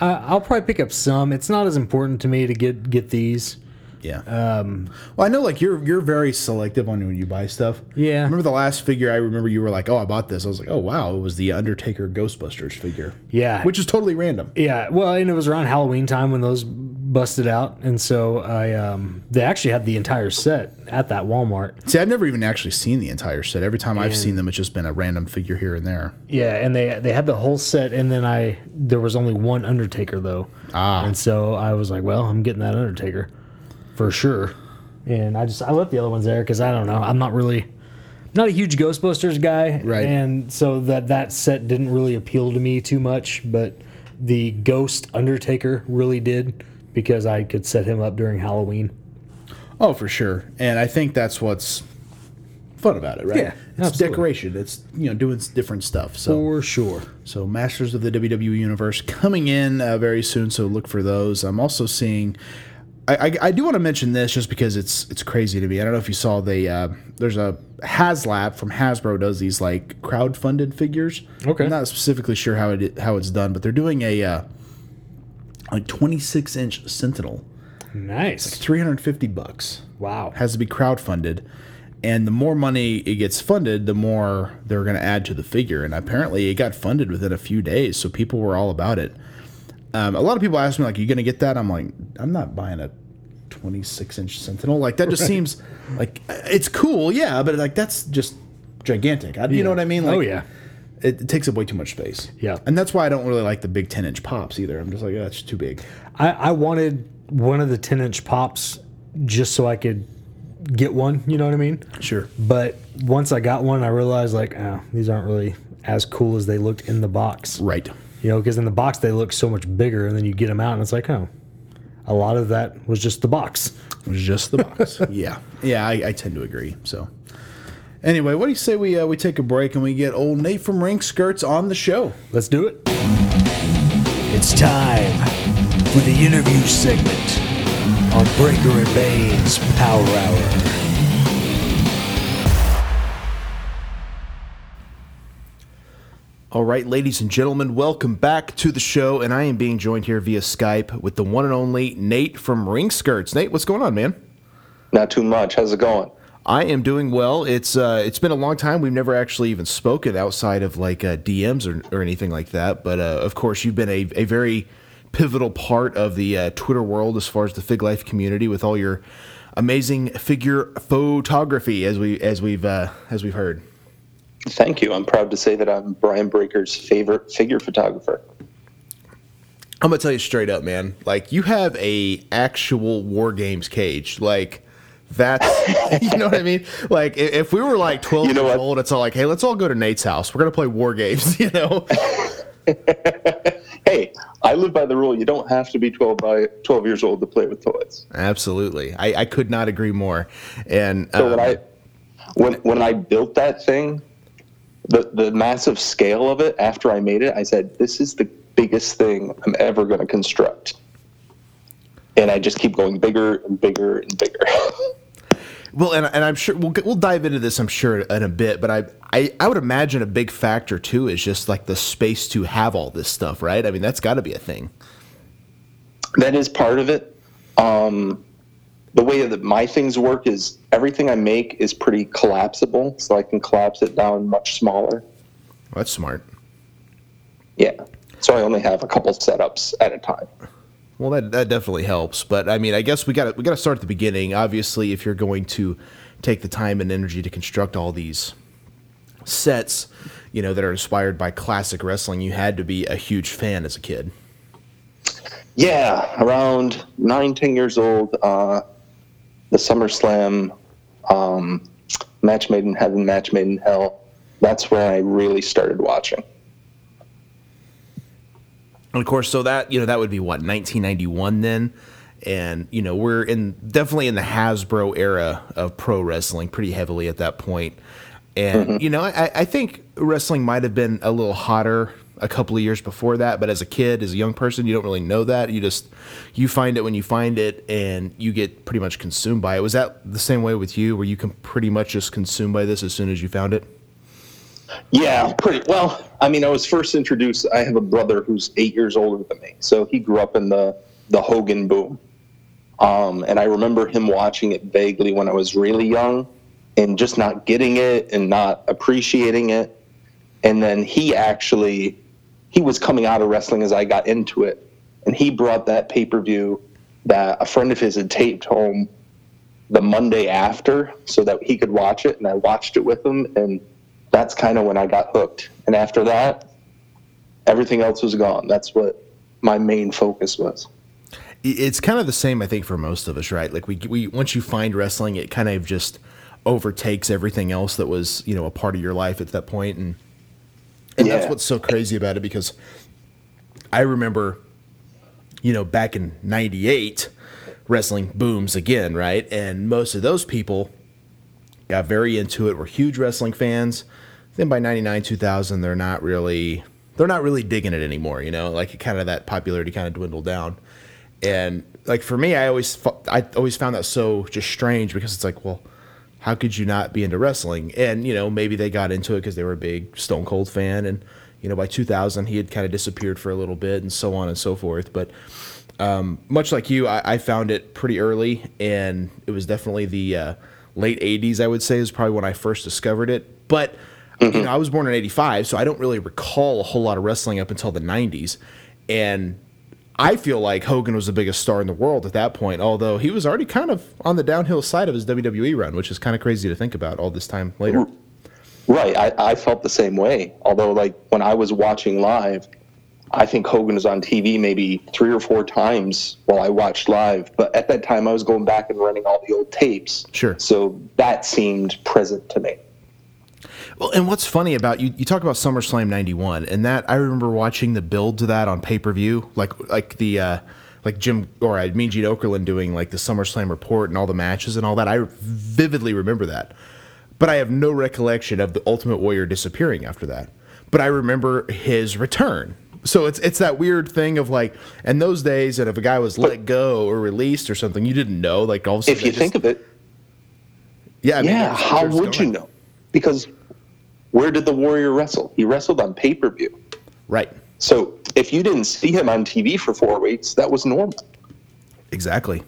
C: I, I'll probably pick up some. It's not as important to me to get get these.
B: Yeah. Um, well, I know like you're you're very selective on when you buy stuff.
C: Yeah.
B: Remember the last figure? I remember you were like, "Oh, I bought this." I was like, "Oh, wow!" It was the Undertaker Ghostbusters figure.
C: Yeah.
B: Which is totally random.
C: Yeah, well, and it was around Halloween time when those busted out, and so I um, they actually had the entire set at that Walmart.
B: See, I've never even actually seen the entire set. Every time I've seen them, it's just been a random figure here and there.
C: Yeah, and they they had the whole set, and then I there was only one Undertaker though,
B: Ah.
C: and so I was like, well, I'm getting that Undertaker for sure, and I just I left the other ones there because I don't know, I'm not really not a huge Ghostbusters guy,
B: Right.
C: And so that that set didn't really appeal to me too much, but the Ghost Undertaker really did because I could set him up during Halloween.
B: Oh, for sure. And I think that's what's fun about it, right?
C: Yeah,
B: It's
C: absolutely.
B: decoration. It's you know doing s- different stuff. So
C: For sure.
B: So, Masters of the WWE Universe coming in uh, very soon. So look for those. I'm also seeing. I, I, I do want to mention this just because it's it's crazy to me. I don't know if you saw the uh, there's a HasLab from Hasbro does these like crowdfunded figures.
C: Okay.
B: I'm not specifically sure how it how it's done, but they're doing a uh, like 26 inch Sentinel,
C: Nice.
B: 350 bucks
C: Wow.
B: has to be crowdfunded. And the more money it gets funded, the more they're going to add to the figure. And apparently, it got funded within a few days, so people were all about it. Um, a lot of people ask me, like, "You going to get that?" I'm like, "I'm not buying a 26 inch Sentinel. Like that just seems like uh, it's cool, yeah, but like that's just gigantic. I, You know what I mean? Like,
C: oh yeah.
B: it, it takes up way too much space.
C: Yeah.
B: and that's why I don't really like the big 10 inch pops either. I'm just like, "Oh, that's too big.
C: I, I wanted one of the ten inch pops just so I could get one, you know what I mean?
B: Sure.
C: But once I got one I realized like, oh, these aren't really as cool as they looked in the box.
B: Right.
C: You know, because in the box they look so much bigger and then you get them out and it's like, oh. A lot of that was just the box.
B: It was just the box. yeah, yeah, I, I tend to agree. So, anyway, what do you say we uh, we take a break and we get old Nate from Rink Skirts on the show?
C: Let's do it.
G: It's time for the interview segment on Breaker and Bane's Power Hour.
B: All right, ladies and gentlemen, welcome back to the show, and I am being joined here via Skype with the one and only Nate from Ring Skirts. Nate, what's going on, man?
H: Not too much. How's it going?
B: I am doing well. It's uh, it's been a long time. We've never actually even spoken outside of like uh, DMs or, or anything like that. But uh, of course, you've been a, a very pivotal part of the uh, Twitter world as far as the Fig Life community with all your amazing figure photography, as we as we've uh, as we've heard.
H: Thank you. I'm proud to say that I'm Brian Breaker's favorite figure photographer.
B: I'm gonna tell you straight up, man. Like you have a actual War Games cage. Like that's you know what I mean. Like i- if we were like 12
H: You know
B: years
H: what?
B: old, it's all like, hey, let's all go to Nate's house. We're gonna play War Games. You know.
H: Hey, I live by the rule you don't have to be 12 by 12 years old to play with toys.
B: Absolutely, I, I could not agree more. And
H: So
B: um,
H: when I when when I built that thing, the the massive scale of it after I made it, I said this is the biggest thing I'm ever going to construct. And I just keep going bigger and bigger and bigger.
B: well, and, and I'm sure we'll get- we'll dive into this, I'm sure, in a bit. But I, I I would imagine a big factor too is just like the space to have all this stuff, right? I mean, that's got to be a thing.
H: that is part of it. Um, the way that my things work is everything I make is pretty collapsible, so I can collapse it down much smaller.
B: Well, that's smart.
H: Yeah. So I only have a couple setups at a time.
B: Well, that that definitely helps. But I mean, I guess we got to we got to start at the beginning. Obviously, if you're going to take the time and energy to construct all these sets, you know, that are inspired by classic wrestling, you had to be a huge fan as a kid.
H: Yeah, around nine, ten years old, uh, the SummerSlam um, match made in heaven, match made in hell. That's where I really started watching.
B: And of course, so that you know that would be what 1991 then, and you know we're in definitely in the Hasbro era of pro wrestling pretty heavily at that point, and you know I, I think wrestling might have been a little hotter a couple of years before that, but as a kid, as a young person, you don't really know that. You just you find it when you find it, and you get pretty much consumed by it. Was that the same way with you? Where you can pretty much just consumed by this as soon as you found it?
H: Yeah, pretty well. I mean, I was first introduced. I have a brother who's eight years older than me, so he grew up in the the Hogan boom. Um, and I remember him watching it vaguely when I was really young, and just not getting it and not appreciating it. And then he actually he was coming out of wrestling as I got into it, and he brought that pay per view that a friend of his had taped home the Monday after so that he could watch it, and I watched it with him and that's kind of when I got hooked. And after that, everything else was gone. That's what my main focus was.
B: I- it's kind of the same i think for most of us right like we, we once you find wrestling it kind of just overtakes everything else that was you know a part of your life at that point and and that's
I: Yeah.
B: what's so crazy about it because i remember you know back in 98 wrestling booms again right and most of those people got very into it were huge wrestling fans then by 99 2000 they're not really they're not really digging it anymore you know like kind of that popularity kind of dwindled down and like for me i always fo- i always found that so just strange because it's like well how could you not be into wrestling and you know maybe they got into it because they were a big stone cold fan and you know by 2000 he had kind of disappeared for a little bit and so on and so forth but um, much like you I, I found it pretty early and it was definitely the uh, late 80s i would say is probably when i first discovered it but you know, I was born in 85, so I don't really recall a whole lot of wrestling up until the 90s. And I feel like Hogan was the biggest star in the world at that point, although he was already kind of on the downhill side of his WWE run, which is kind of crazy to think about all this time later.
H: Right. I, I felt the same way. Although, like, when I was watching live, I think Hogan was on TV maybe three or four times while I watched live. But at that time, I was going back and running all the old tapes.
B: Sure.
H: So that seemed present to me.
B: Well, and what's funny about you, you talk about SummerSlam 91, and that I remember watching the build to that on pay per view, like, like the, uh, like Jim, or I mean Gene Okerlund doing like the SummerSlam report and all the matches and all that. I vividly remember that. But I have no recollection of the Ultimate Warrior disappearing after that. But I remember his return. So it's it's that weird thing of like, in those days, that if a guy was let go or released or something, you didn't know. Like all of a sudden,
H: If you think of it,
B: yeah, I mean,
H: yeah,
B: there's-
H: how
B: there's
H: would you know? Because where did the Warrior wrestle? He wrestled on pay per view.
B: Right.
H: So if you didn't see him on TV for four weeks, that was normal.
B: exactly.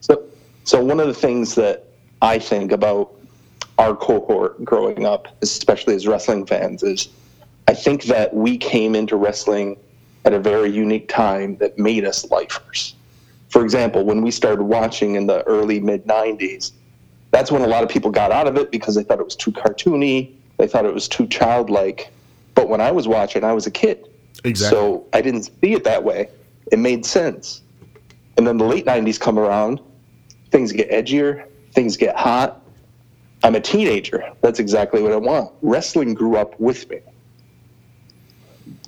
H: So, so one of the things that I think about our cohort growing up, especially as wrestling fans, is I think that we came into wrestling at a very unique time that made us lifers. For example, when we started watching in the early mid 90s, that's when a lot of people got out of it because they thought it was too cartoony, they thought it was too childlike. But when I was watching, I was a kid.
B: Exactly.
H: So I didn't see it that way. It made sense. And then the late 90s come around, things get edgier, things get hot. I'm a teenager. That's exactly what I want. Wrestling grew up with me.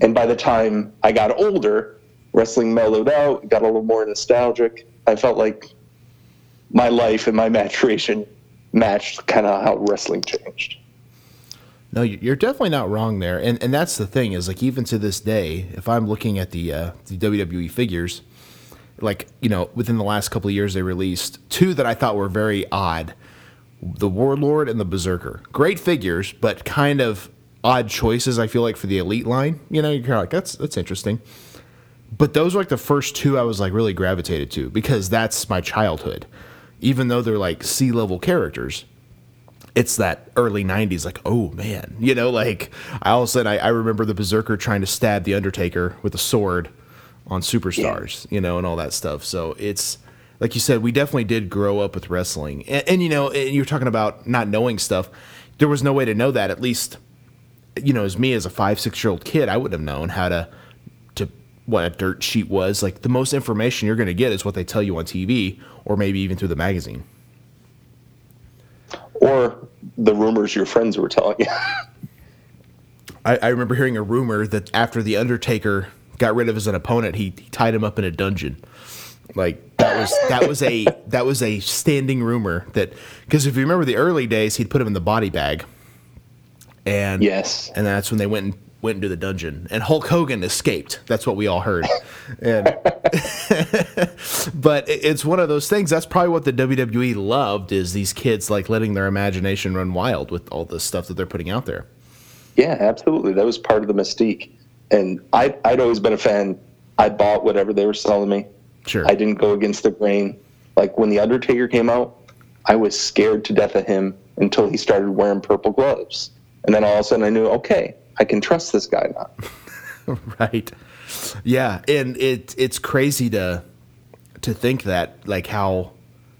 H: And by the time I got older, wrestling mellowed out, got a little more nostalgic. I felt like my life and my maturation matched kind of how wrestling changed.
B: No, you- you're definitely not wrong there, and and that's the thing is like even to this day, if I'm looking at the uh, the WWE figures, like you know within the last couple of years they released two that I thought were very odd, the Warlord and the Berserker, great figures, but kind of odd choices. I feel like for the Elite line, you know, you're kind of like that's that's interesting, but those were like the first two I was like really gravitated to because that's my childhood, even though they're like C level characters it's that early 90s like oh man you know like i all of a sudden I, I remember the berserker trying to stab the undertaker with a sword on superstars you know and all that stuff so it's like you said, we definitely did grow up with wrestling. And, and you know, and you're talking about not knowing stuff. There was no way to know that. At least, you know, as me as a five, six year old kid, I would have known how to to what a dirt sheet was. Like the most information you're going to get is what they tell you on TV, or maybe even through the magazine.
H: Or the rumors your friends were telling you.
B: I, I remember hearing a rumor that after the Undertaker got rid of his opponent, he, he tied him up in a dungeon. Like that was that was a that was a standing rumor that because if you remember the early days, he'd put him in the body bag, and
H: yes,
B: and that's when they went and went into the dungeon. And Hulk Hogan escaped. That's what we all heard. and but it- it's one of those things. That's probably what the WWE loved is these kids like letting their imagination run wild with all the stuff that they're putting out there.
H: Yeah, absolutely. That was part of the mystique. And I, I'd always been a fan. I bought whatever they were selling me.
B: Sure.
H: I didn't go against the grain. Like when The Undertaker came out, I was scared to death of him until he started wearing purple gloves. And then all of a sudden I knew, okay, I can trust this guy now.
B: right yeah and it it's crazy to to think that like how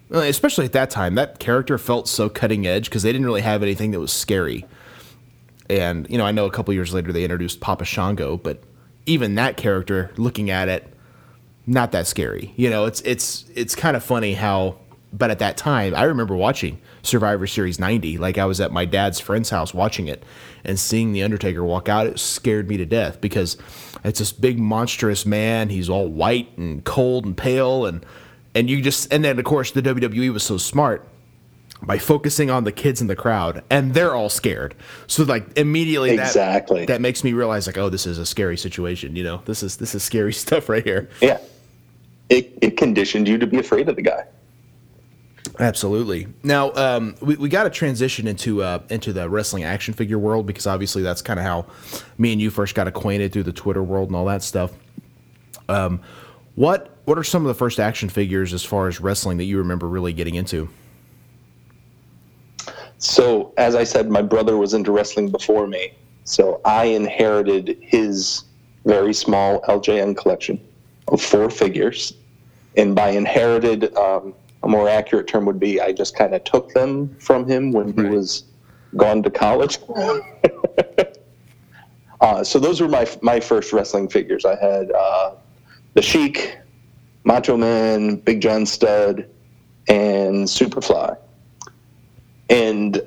B: well, especially at that time that character felt so cutting edge because they didn't really have anything that was scary and you know i know a couple years later they introduced papa shango but even that character looking at it not that scary you know it's it's it's kind of funny how but at that time i remember watching survivor series 90 like i was at my dad's friend's house watching it and seeing the undertaker walk out it scared me to death because it's this big monstrous man he's all white and cold and pale and and you just and then of course the wwe was so smart by focusing on the kids in the crowd and they're all scared so like immediately
H: Exactly.
B: that, that makes me realize like oh this is a scary situation you know this is this is scary stuff right here
H: Yeah. It, it conditioned you to be afraid of the guy.
B: Absolutely. Now um, we we got to transition into uh, into the wrestling action figure world because obviously that's kind of how me and you first got acquainted through the Twitter world and all that stuff. Um, what what are some of the first action figures as far as wrestling that you remember really getting into?
H: So, as I said, my brother was into wrestling before me. So, I inherited his very small LJN collection of four figures. And by inherited, um, a more accurate term would be I just kind of took them from him when he was gone to college. uh, so, those were my, my first wrestling figures. I had uh, The Sheik, Macho Man, Big John Studd, and Superfly and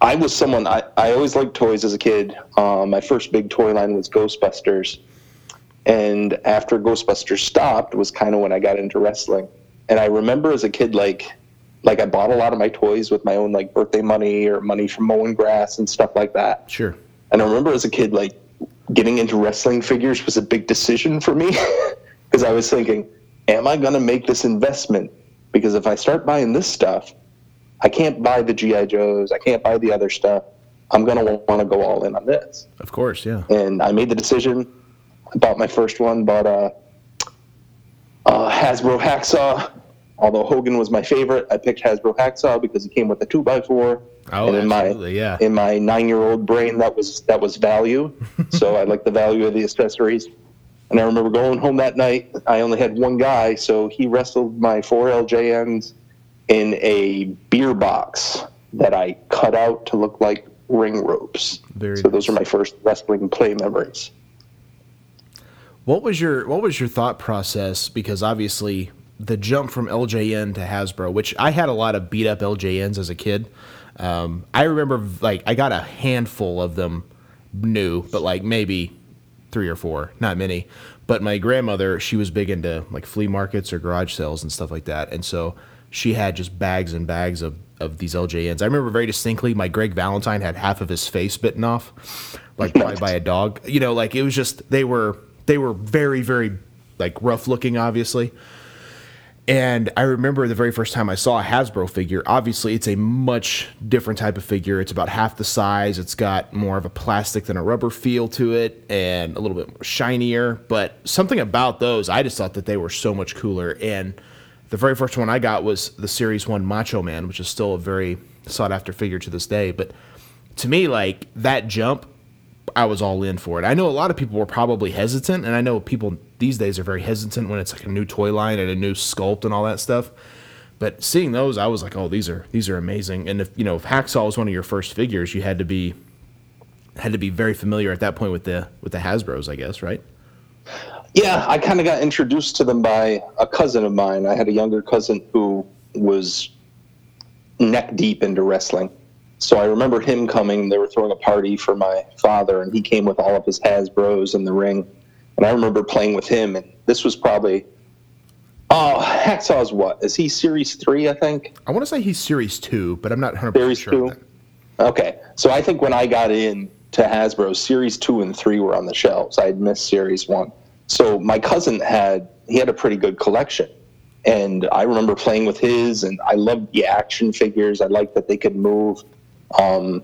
H: I was someone I, I always liked toys as a kid. Uh, my first big toy line was Ghostbusters, and after Ghostbusters stopped was kind of when I got into wrestling. And I remember as a kid, like like I bought a lot of my toys with my own like birthday money or money from mowing grass and stuff like that.
B: Sure.
H: And I remember as a kid, like getting into wrestling figures was a big decision for me because I was thinking, am I going to make this investment? Because if I start buying this stuff, I can't buy the GI Joes, I can't buy the other stuff. I'm going to want to go all in on this.
B: Of course, yeah.
H: And I made the decision. I bought my first one, bought a, a Hasbro Hacksaw. Although Hogan was my favorite, I picked Hasbro Hacksaw because he came with a two x four.
B: Oh,
H: and in
B: absolutely,
H: my
B: yeah.
H: in my nine year old brain, that was that was value. so I liked the value of the accessories. And I remember going home that night. I only had one guy, so he wrestled my four LJNs in a beer box that I cut out to look like ring ropes.
B: Very
H: so those are my first wrestling play memories.
B: What was your what was your thought process? Because obviously the jump from LJN to Hasbro, which I had a lot of beat up LJNs as a kid. Um, I remember like I got a handful of them new, but like maybe three or four, not many. But my grandmother, she was big into like flea markets or garage sales and stuff like that, and so she had just bags and bags of of these LJNs. I remember very distinctly my Greg Valentine had half of his face bitten off, like probably by a dog. You know, like it was just they were they were very very like rough looking, obviously. And I remember the very first time I saw a Hasbro figure. Obviously, it's a much different type of figure. It's about half the size. It's got more of a plastic than a rubber feel to it and a little bit shinier. But something about those, I just thought that they were so much cooler. And the very first one I got was the Series 1 Macho Man, which is still a very sought after figure to this day. But to me, like that jump I was all in for it. I know a lot of people were probably hesitant, and I know people these days are very hesitant when it's like a new toy line and a new sculpt and all that stuff. But seeing those, I was like, oh, these are these are amazing. And if you know, if Hacksaw was one of your first figures, you had to be had to be very familiar at that point with the with the Hasbro's, I guess, right?
H: Yeah, I kind of got introduced to them by a cousin of mine. I had a younger cousin who was neck deep into wrestling. So I remember him coming. They were throwing a party for my father, and he came with all of his Hasbros in the ring. And I remember playing with him, and this was probably, oh, Hacksaw's what? Is he Series 3, I think?
B: I want to say he's Series 2, but I'm not 100%
H: Series 2? Okay. So I think when I got in to Hasbro, Series 2 and 3 were on the shelves. I had missed Series 1. So my cousin had, he had a pretty good collection and I remember playing with his, and I loved the action figures. I liked that they could move. Um,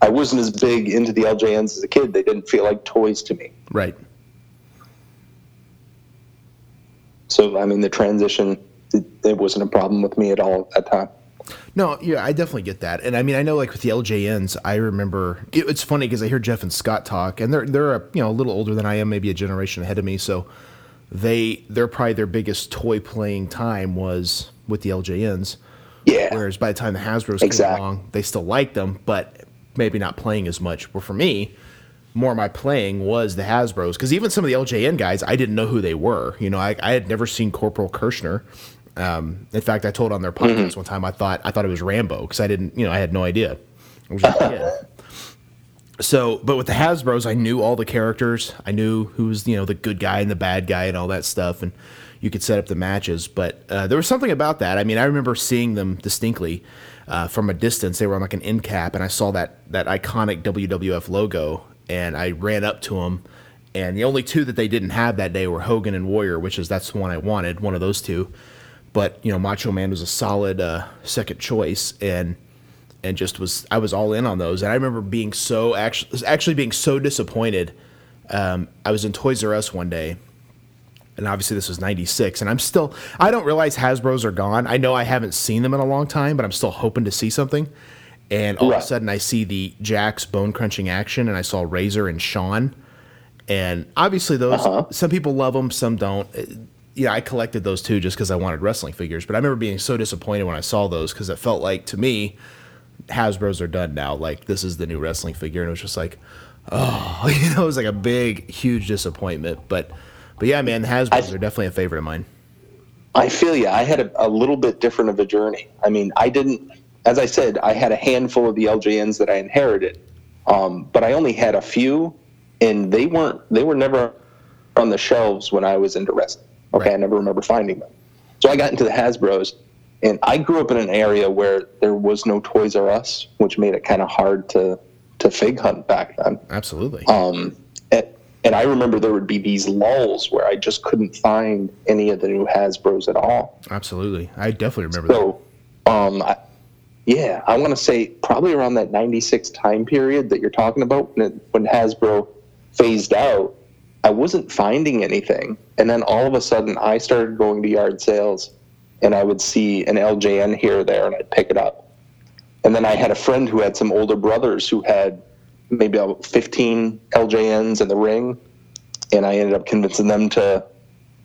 H: I wasn't as big into the LJNs as a kid. They didn't feel like toys to me.
B: Right.
H: So, I mean, the transition, it, it wasn't a problem with me at all at that time.
B: No, yeah, I definitely get that, and I mean, I know like with the LJNs, I remember it, it's funny because I hear Jeff and Scott talk, and they're they're a, you know a little older than I am, maybe a generation ahead of me, so they they're probably their biggest toy playing time was with the LJNs.
H: Yeah.
B: Whereas by the time the Hasbro's
H: Exact.
B: came along, they still liked them, but maybe not playing as much. But for me, more of my playing was the Hasbro's because even some of the LJN guys, I didn't know who they were. You know, I, I had never seen Corporal Kirshner. Um, in fact, I told on their podcast one time I thought I thought it was Rambo because I didn't, you know, I had no idea. I was just a kid. So, but with the Hasbro's, I knew all the characters. I knew who was, you know, the good guy and the bad guy and all that stuff. And you could set up the matches. But uh, there was something about that. I mean, I remember seeing them distinctly uh, from a distance. They were on like an end cap, and I saw that that iconic WWF logo, and I ran up to them. And the only two that they didn't have that day were Hogan and Warrior, which is that's the one I wanted, one of those two. But you know, Macho Man was a solid uh, second choice, and and just was I was all in on those. And I remember being so actually actually being so disappointed. Um, I was in Toys R Us one day, and obviously this was '96, and I'm still I don't realize Hasbro's are gone. I know I haven't seen them in a long time, but I'm still hoping to see something. And all of
H: Right.
B: a sudden, I see the Jack's bone crunching action, and I saw Razor and Sean. And obviously, those some people love them, some don't. Uh, Yeah, I collected those too just because I wanted wrestling figures. But I remember being so disappointed when I saw those because it felt like to me, Hasbro's are done now. Like this is the new wrestling figure, and it was just like, oh, you know, it was like a big, huge disappointment. But, but yeah, man, Hasbro's are definitely a favorite of mine.
H: I feel you. I had a, a little bit different of a journey. I mean, I didn't, as I said, I had a handful of the LJNs that I inherited, um, but I only had a few, and they weren't, they were never on the shelves when I was into wrestling. Okay, I never remember finding them. So I got into the Hasbro's, and I grew up in an area where there was no Toys R Us, which made it kind of hard to to fig hunt back then.
B: Absolutely.
H: Um, and, and I remember there would be these lulls where I just couldn't find any of the new Hasbro's at all.
B: Absolutely. I definitely remember that.
H: So, um, I, yeah, I want to say probably around that '96 time period that you're talking about, when, it, when Hasbro phased out, I wasn't finding anything, and then all of a sudden, I started going to yard sales, and I would see an LJN here or there, and I'd pick it up, and then I had a friend who had some older brothers who had maybe about 15 LJNs in the ring, and I ended up convincing them to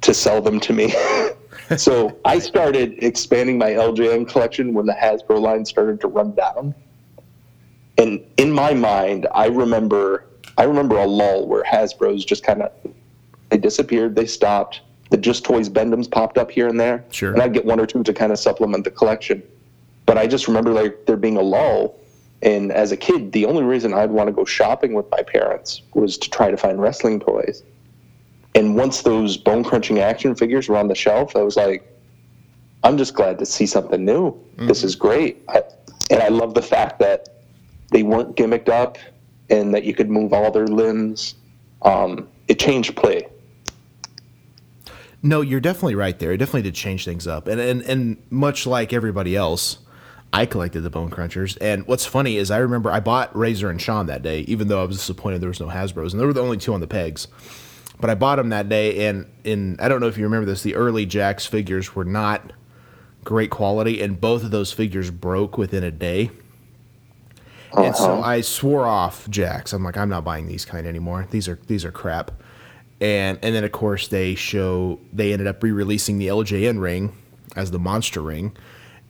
H: to sell them to me. so I started expanding my LJN collection when the Hasbro line started to run down. And in my mind, I remember I remember a lull where Hasbro's just kind of they disappeared, they stopped. The Just Toys Bendems popped up here and there,
B: Sure.
H: and I'd get one or two to kind of supplement the collection. But I just remember like there being a lull. And as a kid, the only reason I'd want to go shopping with my parents was to try to find wrestling toys. And once those bone crunching action figures were on the shelf, I was like, I'm just glad to see something new. This
B: Mm-hmm.
H: is great. I, and I love the fact that they weren't gimmicked up and that you could move all their limbs. Um, it changed play.
B: No, you're definitely right there. It definitely did change things up. And and and much like everybody else, I collected the bone crunchers. And what's funny is I remember I bought Razor and Sean that day, even though I was disappointed there was no Hasbro's, and they were the only two on the pegs. But I bought them that day, and in I don't know if you remember this, the early Jax figures were not great quality, and both of those figures broke within a day. And so I swore off Jax. I'm like, I'm not buying these kind anymore. These are these are crap. And and then of course they show they ended up re-releasing the LJN ring as the monster ring.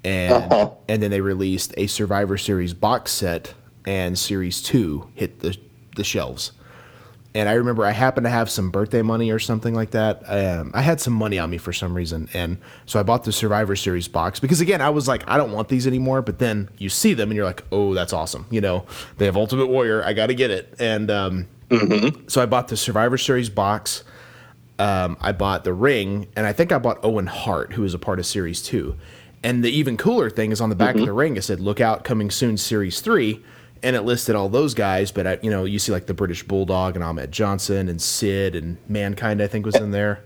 B: And
H: Uh-huh.
B: and then they released a Survivor Series box set and series two hit the the shelves. And I remember I happened to have some birthday money or something like that. Um, I had some money on me for some reason, and so I bought the Survivor Series box because again I was like, I don't want these anymore. But then you see them and you're like, oh, that's awesome. You know, they have Ultimate Warrior. I got to get it. And um, so I bought the Survivor Series box. Um, I bought the ring, and I think I bought Owen Hart, who is a part of Series Two. And the even cooler thing is on the back of the ring, it said "Look out, coming soon, Series 3. and it listed all those guys. But I, you know, you see like the British Bulldog and Ahmed Johnson and Sid and Mankind, I think was in there.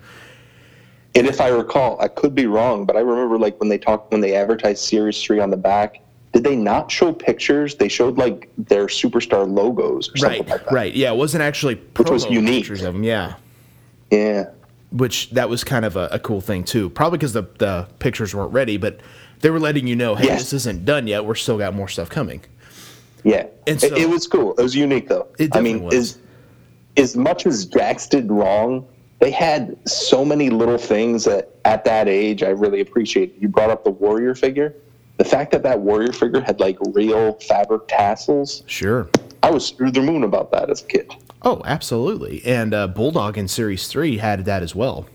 H: And if I recall, I could be wrong, but I remember like when they talked when they advertised Series Three on the back, did they not show pictures? They showed like their superstar logos or something
B: Right,
H: like that.
B: right, yeah. It wasn't actually
H: Which was
B: promo
H: unique.
B: pictures of them, Um, yeah.
H: Yeah.
B: Which that was kind of a, a cool thing too, probably because the the pictures weren't ready, but they were letting you know, hey,
H: Yes.
B: this isn't done yet. We're still got more stuff coming.
H: Yeah,
B: And
H: It-
B: so-
H: it, was cool. It was unique, though.
B: It
H: I mean,
B: definitely was.
H: as as much as Jax did wrong, they had so many little things that at that age I really appreciated. You brought up the warrior figure. The fact that that warrior figure had like real fabric tassels,
B: Sure.
H: I was through the moon about that as a kid.
B: Oh, absolutely. And uh, Bulldog in Series Three had that as well.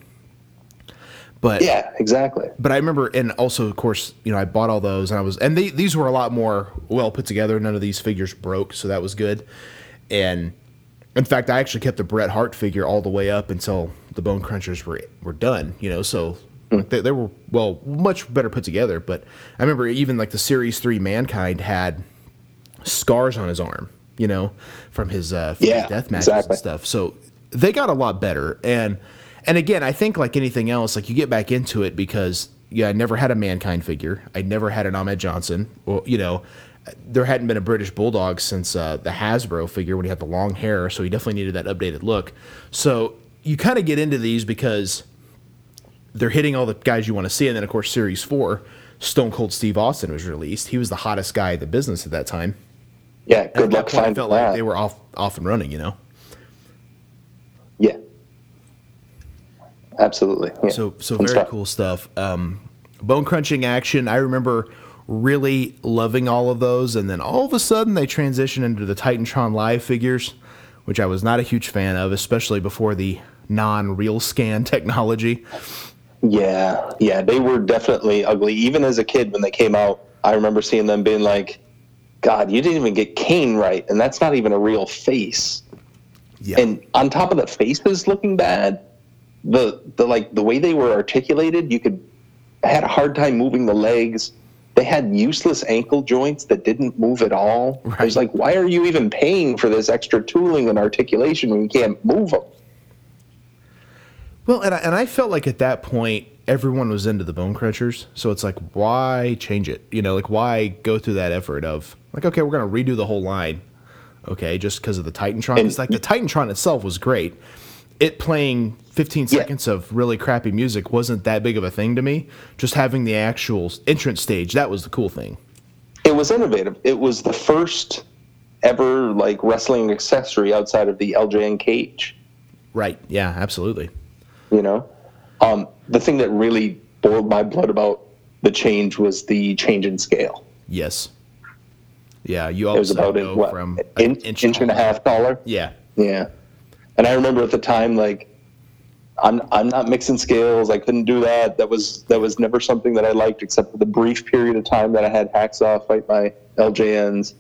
B: But
H: Yeah, exactly.
B: but I remember, and also of course, you know, I bought all those, and I was, and they, these were a lot more well put together. None of these figures broke, so that was good. And in fact, I actually kept the Bret Hart figure all the way up until the Bone Crunchers were were done. You know, so they, they were well much better put together. But I remember even like the Series Three Mankind had scars on his arm, you know, from his uh, from his
H: Yeah,
B: death matches
H: exactly.
B: and stuff. So they got a lot better. And and again, I think like anything else, like you get back into it because yeah, I never had a mankind figure. I never had an Ahmed Johnson. Well, you know, there hadn't been a British Bulldog since uh, the Hasbro figure when he had the long hair. So he definitely needed that updated look. So you kind of get into these because they're hitting all the guys you want to see. And then, of course, Series 4, Stone Cold Steve Austin was released. He was the hottest guy in the business at that time.
H: Yeah, good
B: At that
H: luck
B: point, I
H: finding
B: felt
H: that.
B: like they were off, off and running, you know?
H: yeah, absolutely. Yeah.
B: So, so
H: And
B: very cool stuff. Um, bone crunching action. I remember really loving all of those. And then all of a sudden, they transitioned into the Titantron Live figures, which I was not a huge fan of, especially before the non real scan technology.
H: Yeah, yeah, they were definitely ugly. Even as a kid, when they came out, I remember seeing them being like, "God, you didn't even get Kane right, and that's not even a real face."
B: Yeah.
H: And on top of the faces looking bad, the the like the way they were articulated, you could I had a hard time moving the legs. They had useless ankle joints that didn't move at all. I was like, "Why are you even paying for this extra tooling and articulation when you can't move them?"
B: Well, and I, and I felt like at that point everyone was into the bone crunchers, so it's like why change it? You know, like why go through that effort of like okay, we're gonna redo the whole line, okay, just because of the Titantron.
H: And-
B: It's like the Titantron itself was great. It playing 15
H: Yeah.
B: seconds of really crappy music wasn't that big of a thing to me. Just having the actual entrance stage that was the cool thing.
H: it was innovative. It was the first ever like wrestling accessory outside of the LJN cage.
B: Right? Yeah, absolutely.
H: You know, um, the thing that really boiled my blood about the change was the change in scale.
B: Yes. Yeah, you
H: It was
B: also
H: about
B: go
H: a, what,
B: from
H: an
B: an
H: inch, inch, and a half taller.
B: Yeah,
H: Yeah, and I remember at the time like. I'm, I'm not mixing scales. I couldn't do that. That was that was never something that I liked, except for the brief period of time that I had Hacksaw fight my LJNs.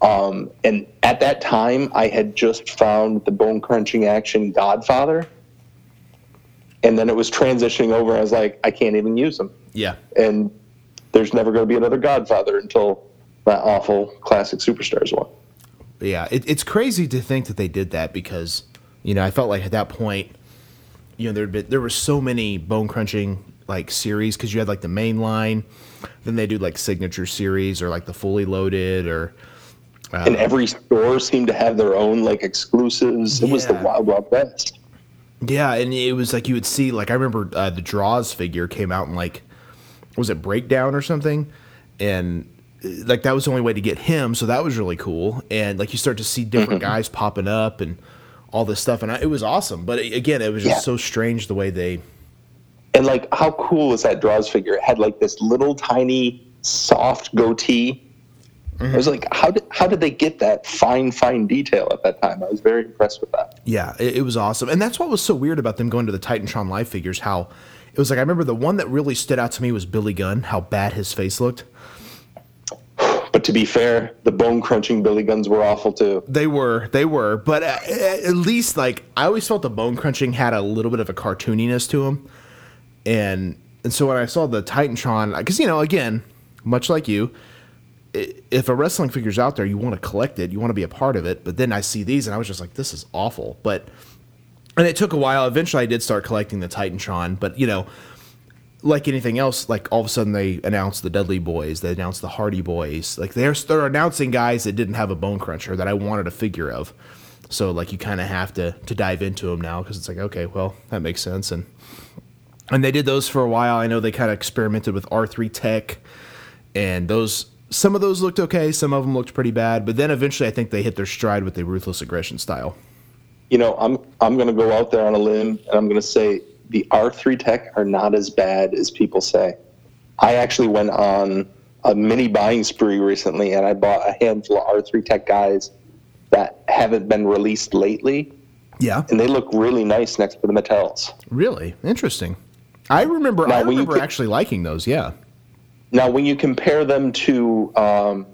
H: Um, and at that time, I had just found the bone crunching action Godfather, and then it was transitioning over. I was like, I can't even use them,
B: yeah.
H: and there's never going to be another Godfather until that awful classic superstars one.
B: yeah, it, it's crazy to think that they did that because you know I felt like at that point, you know there'd been there were so many bone crunching like series because you had like the main line, then they do like signature series or like the fully loaded or
H: and every store seemed to have their own like exclusives. It was the
B: Yeah.
H: wild wild west.
B: yeah, and it was like you would see like I remember uh, the draws figure came out in like was it breakdown or something, and like that was the only way to get him. So that was really cool. And like you start to see different guys popping up and all this stuff, and I, it was awesome. But a- again, it was just
H: Yeah.
B: so strange the way they.
H: And like, how cool is that Draws figure? It had like this little tiny soft goatee. I was like, how did how did they get that fine fine detail at that time? I was very impressed with that.
B: Yeah, it, it was awesome. And that's what was so weird about them going to the Titantron live figures. How it was like I remember the one that really stood out to me was Billy Gunn. How bad his face looked.
H: But to be fair, the bone crunching Billy Guns were awful too.
B: They were, they were, but at, at least like I always felt the bone crunching had a little bit of a cartooniness to them, and and so when I saw the Titantron, because you know, again, much like you, i- if a wrestling figure's out there, you want to collect it, you want to be a part of it. But then I see these, and I was just like, this is awful. But and it took a while. Eventually, I did start collecting the Titantron, but you know, like anything else, like all of a sudden they announced the Dudley Boys, they announced the Hardy Boys. Like they're they're announcing guys that didn't have a bone cruncher that I wanted a figure of. So like you kind of have to to dive into them now because it's like okay, well that makes sense and and they did those for a while. I know they kind of experimented with R three Tech and those. Some of those looked okay, some of them looked pretty bad, but then eventually I think they hit their stride with the ruthless aggression style.
H: You know, I'm I'm gonna go out there on a limb and I'm gonna say the R3 Tech are not as bad as people say. I actually went on a mini buying spree recently and I bought a handful of R3 Tech guys that haven't been released lately.
B: Yeah.
H: And they look really nice next to the Mattels.
B: Really interesting. I remember.
H: Now,
B: I
H: when you
B: remember
H: could-
B: actually liking those. Yeah.
H: Now, when you compare them to um,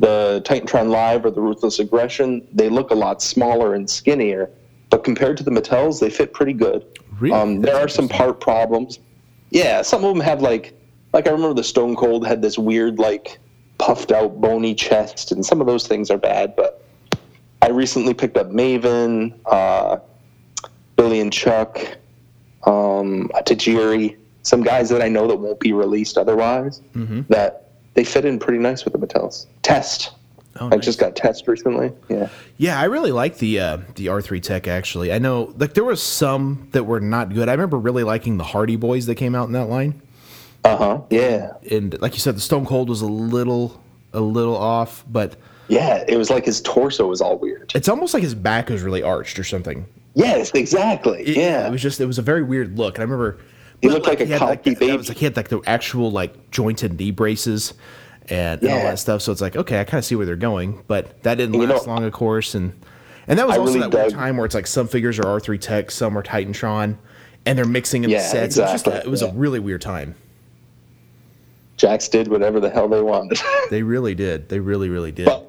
H: the Titantron Live or the Ruthless Aggression, they look a lot smaller and skinnier. But compared to the Mattels, they fit pretty good.
B: Really?
H: Um, there are some part problems. Yeah, some of them have like, like I remember the Stone Cold had this weird like puffed out bony chest, and some of those things are bad. But I recently picked up Maven, uh, Billy and Chuck, um, Tajiri, some guys that I know that won't be released otherwise
B: Mm-hmm.
H: that they fit in pretty nice with the Mattels. Test.
B: Oh,
H: I just got test recently. Yeah.
B: Yeah, I really like the uh, the R three Tech actually. I know like there was some that were not good. I remember really liking the Hardy Boys that came out in that line.
H: Uh huh. Yeah.
B: And like you said, the Stone Cold was a little a little off, but
H: Yeah. It was like his torso was all weird.
B: it's almost like his back was really arched or something.
H: Yes, exactly.
B: It-
H: yeah.
B: it was just it was a very weird look. And I remember
H: He looked like a
B: had,
H: cocky
B: that- that was, like he had like the actual like joint and knee braces and, and all
H: Yeah.
B: that stuff. So it's like okay, I kind of see where they're going, but that didn't
H: And you
B: last
H: know-
B: long, of course. And and that was
H: I
B: also
H: really
B: that one
H: dug-
B: time where it's like some figures are R three Tech, some are Titantron, and they're mixing in
H: Yeah,
B: the sets. It was, just a- it
H: exactly.
B: was
H: Yeah.
B: a really weird time.
H: Jax did whatever the hell they wanted.
B: They really did. They really really did.
H: Well,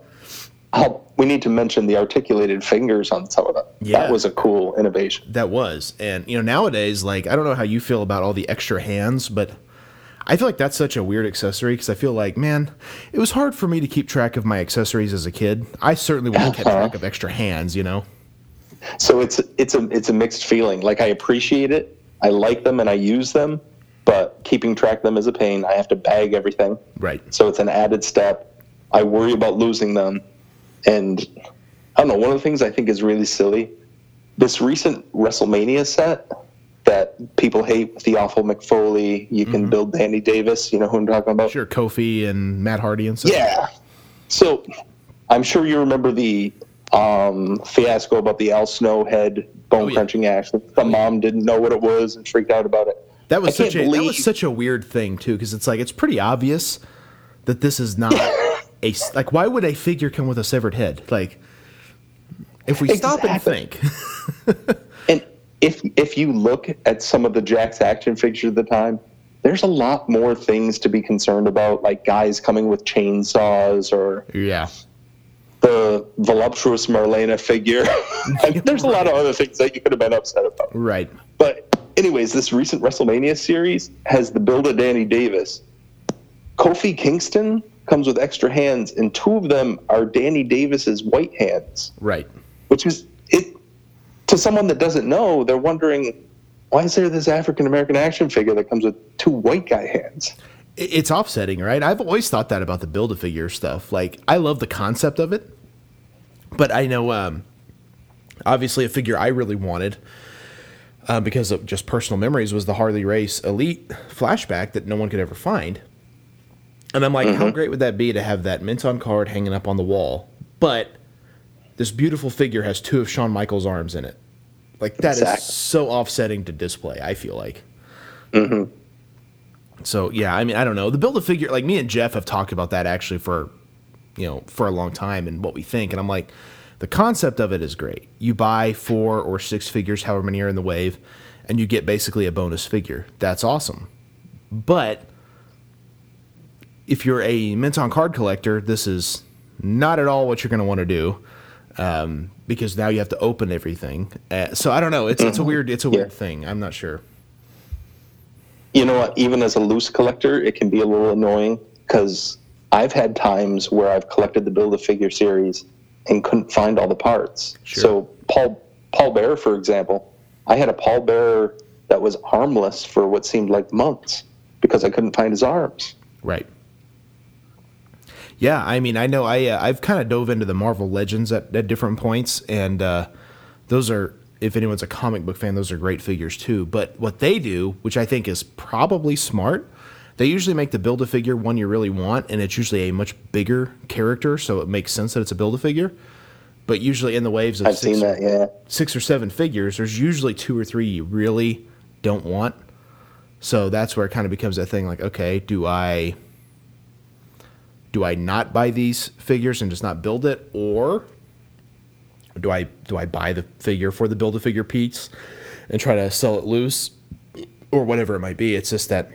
H: oh, we need to mention the articulated fingers on some of them.
B: Yeah.
H: That was a cool innovation.
B: That was. And you know, nowadays, like I don't know how you feel about all the extra hands, but I feel like that's such a weird accessory because I feel like, man, it was hard for me to keep track of my accessories as a kid. I certainly wouldn't keep track of extra hands, you know.
H: So it's it's a it's a mixed feeling. Like I appreciate it, I like them, and I use them, but keeping track of them is a pain. I have to bag everything.
B: Right.
H: So it's an added step. I worry about losing them. And I don't know, one of the things I think is really silly this recent WrestleMania set that people hate with the awful McFoley, you can build Danny Davis, you know who I'm talking about?
B: Sure, Kofi and Matt Hardy and stuff.
H: Yeah. So I'm sure you remember the um, fiasco about the Al Snow head bone crunching axe. The mom didn't know what it was and freaked out about it.
B: That was
H: I
B: such a
H: can't
B: that
H: believe-
B: was such a weird thing too, because it's like it's pretty obvious that this is not a s- like why would a figure come with a severed head? Like if we stop and
H: Exactly.
B: think.
H: And if if you look at some of the Jack's action figures at the time, there's a lot more things to be concerned about, like guys coming with chainsaws or
B: Yeah.
H: the voluptuous Marlena figure. there's a lot of other things that you could have been upset about.
B: Right.
H: But anyways, this recent WrestleMania series has the build of Danny Davis. Kofi Kingston comes with extra hands, and two of them are Danny Davis's white hands,
B: Right.
H: which is it to someone that doesn't know, they're wondering why is there this African American action figure that comes with two white guy hands?
B: it- it's offsetting, right? I've always thought that about the build a figure stuff. Like I love the concept of it, but I know um, obviously a figure I really wanted uh, because of just personal memories was the Harley Race Elite flashback that no one could ever find.
J: And I'm like, how great would that be to have that Menton card hanging up on the wall? But this beautiful figure has two of Shawn Michaels' arms in it. Like that is
H: Exactly.
J: so offsetting to display. I feel like. So yeah, I mean, I don't know. The build a figure, like me and Jeff have talked about that actually for, you know, for a long time and what we think. And I'm like, the concept of it is great. You buy four or six figures, however many are in the wave, and you get basically a bonus figure. That's awesome. But if you're a Menton card collector, this is not at all what you're going to want to do, um, because now you have to open everything. Uh, so I don't know. It's it's
H: Mm-hmm.
J: a weird it's a weird thing. I'm not sure.
H: you know what even as a loose collector it can be a little annoying because i've had times where i've collected the build a figure series and couldn't find all the parts so paul paul bear for example i had a paul bear that was armless for what seemed like months because i couldn't find his arms
J: Right. Yeah, I mean, I know I uh, I've kind of dove into the Marvel Legends at, at different points, and uh, those are if anyone's a comic book fan, those are great figures too. But what they do, which I think is probably smart, they usually make the build a figure one you really want, and it's usually a much bigger character, so it makes sense that it's a build a figure. But usually in the waves of
H: i've
J: six,
H: seen that yeah
J: six or seven figures, there's usually two or three you really don't want. So that's where it kind of becomes that thing like, okay, do I do I not buy these figures and just not build it or do I do I buy the figure for the build a figure piece and try to sell it loose or whatever it might be. It's just that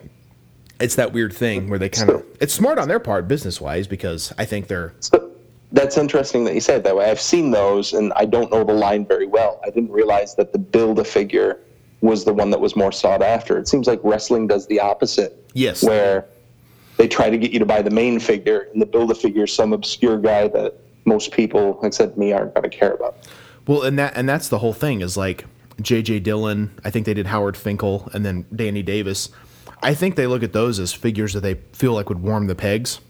J: it's that weird thing where they kind of it's smart on their part business wise because I think they're
H: So that's interesting that you say it that way. I've seen those, and I don't know the line very well. I didn't realize that the build a figure was the one that was more sought after. It seems like wrestling does the opposite,
J: yes
H: where they try to get you to buy the main figure, and the build a figure is some obscure guy that most people, except me, aren't going to care about.
J: Well, and that and that's the whole thing is like J.J. Dillon. I think they did Howard Finkel and then Danny Davis. I think they look at those as figures that they feel like would warm the pegs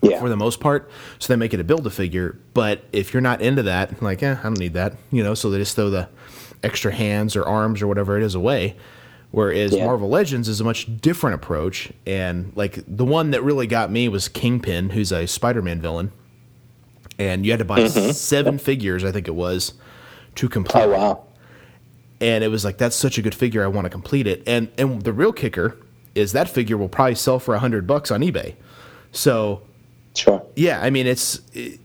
H: Yeah.
J: for the most part. So they make it a build a figure. But if you're not into that, like, eh, I don't need that, you know. So they just throw the extra hands or arms or whatever it is away. Whereas
H: Yeah.
J: Marvel Legends is a much different approach, and like the one that really got me was Kingpin, who's a Spider-Man villain, and you had to buy seven figures, I think it was, to complete.
H: Mm-hmm. Oh wow.
J: And it was like that's such a good figure, I want to complete it. And and the real kicker is that figure will probably sell for a hundred bucks on eBay. So
H: Sure.
J: yeah, I mean it's it,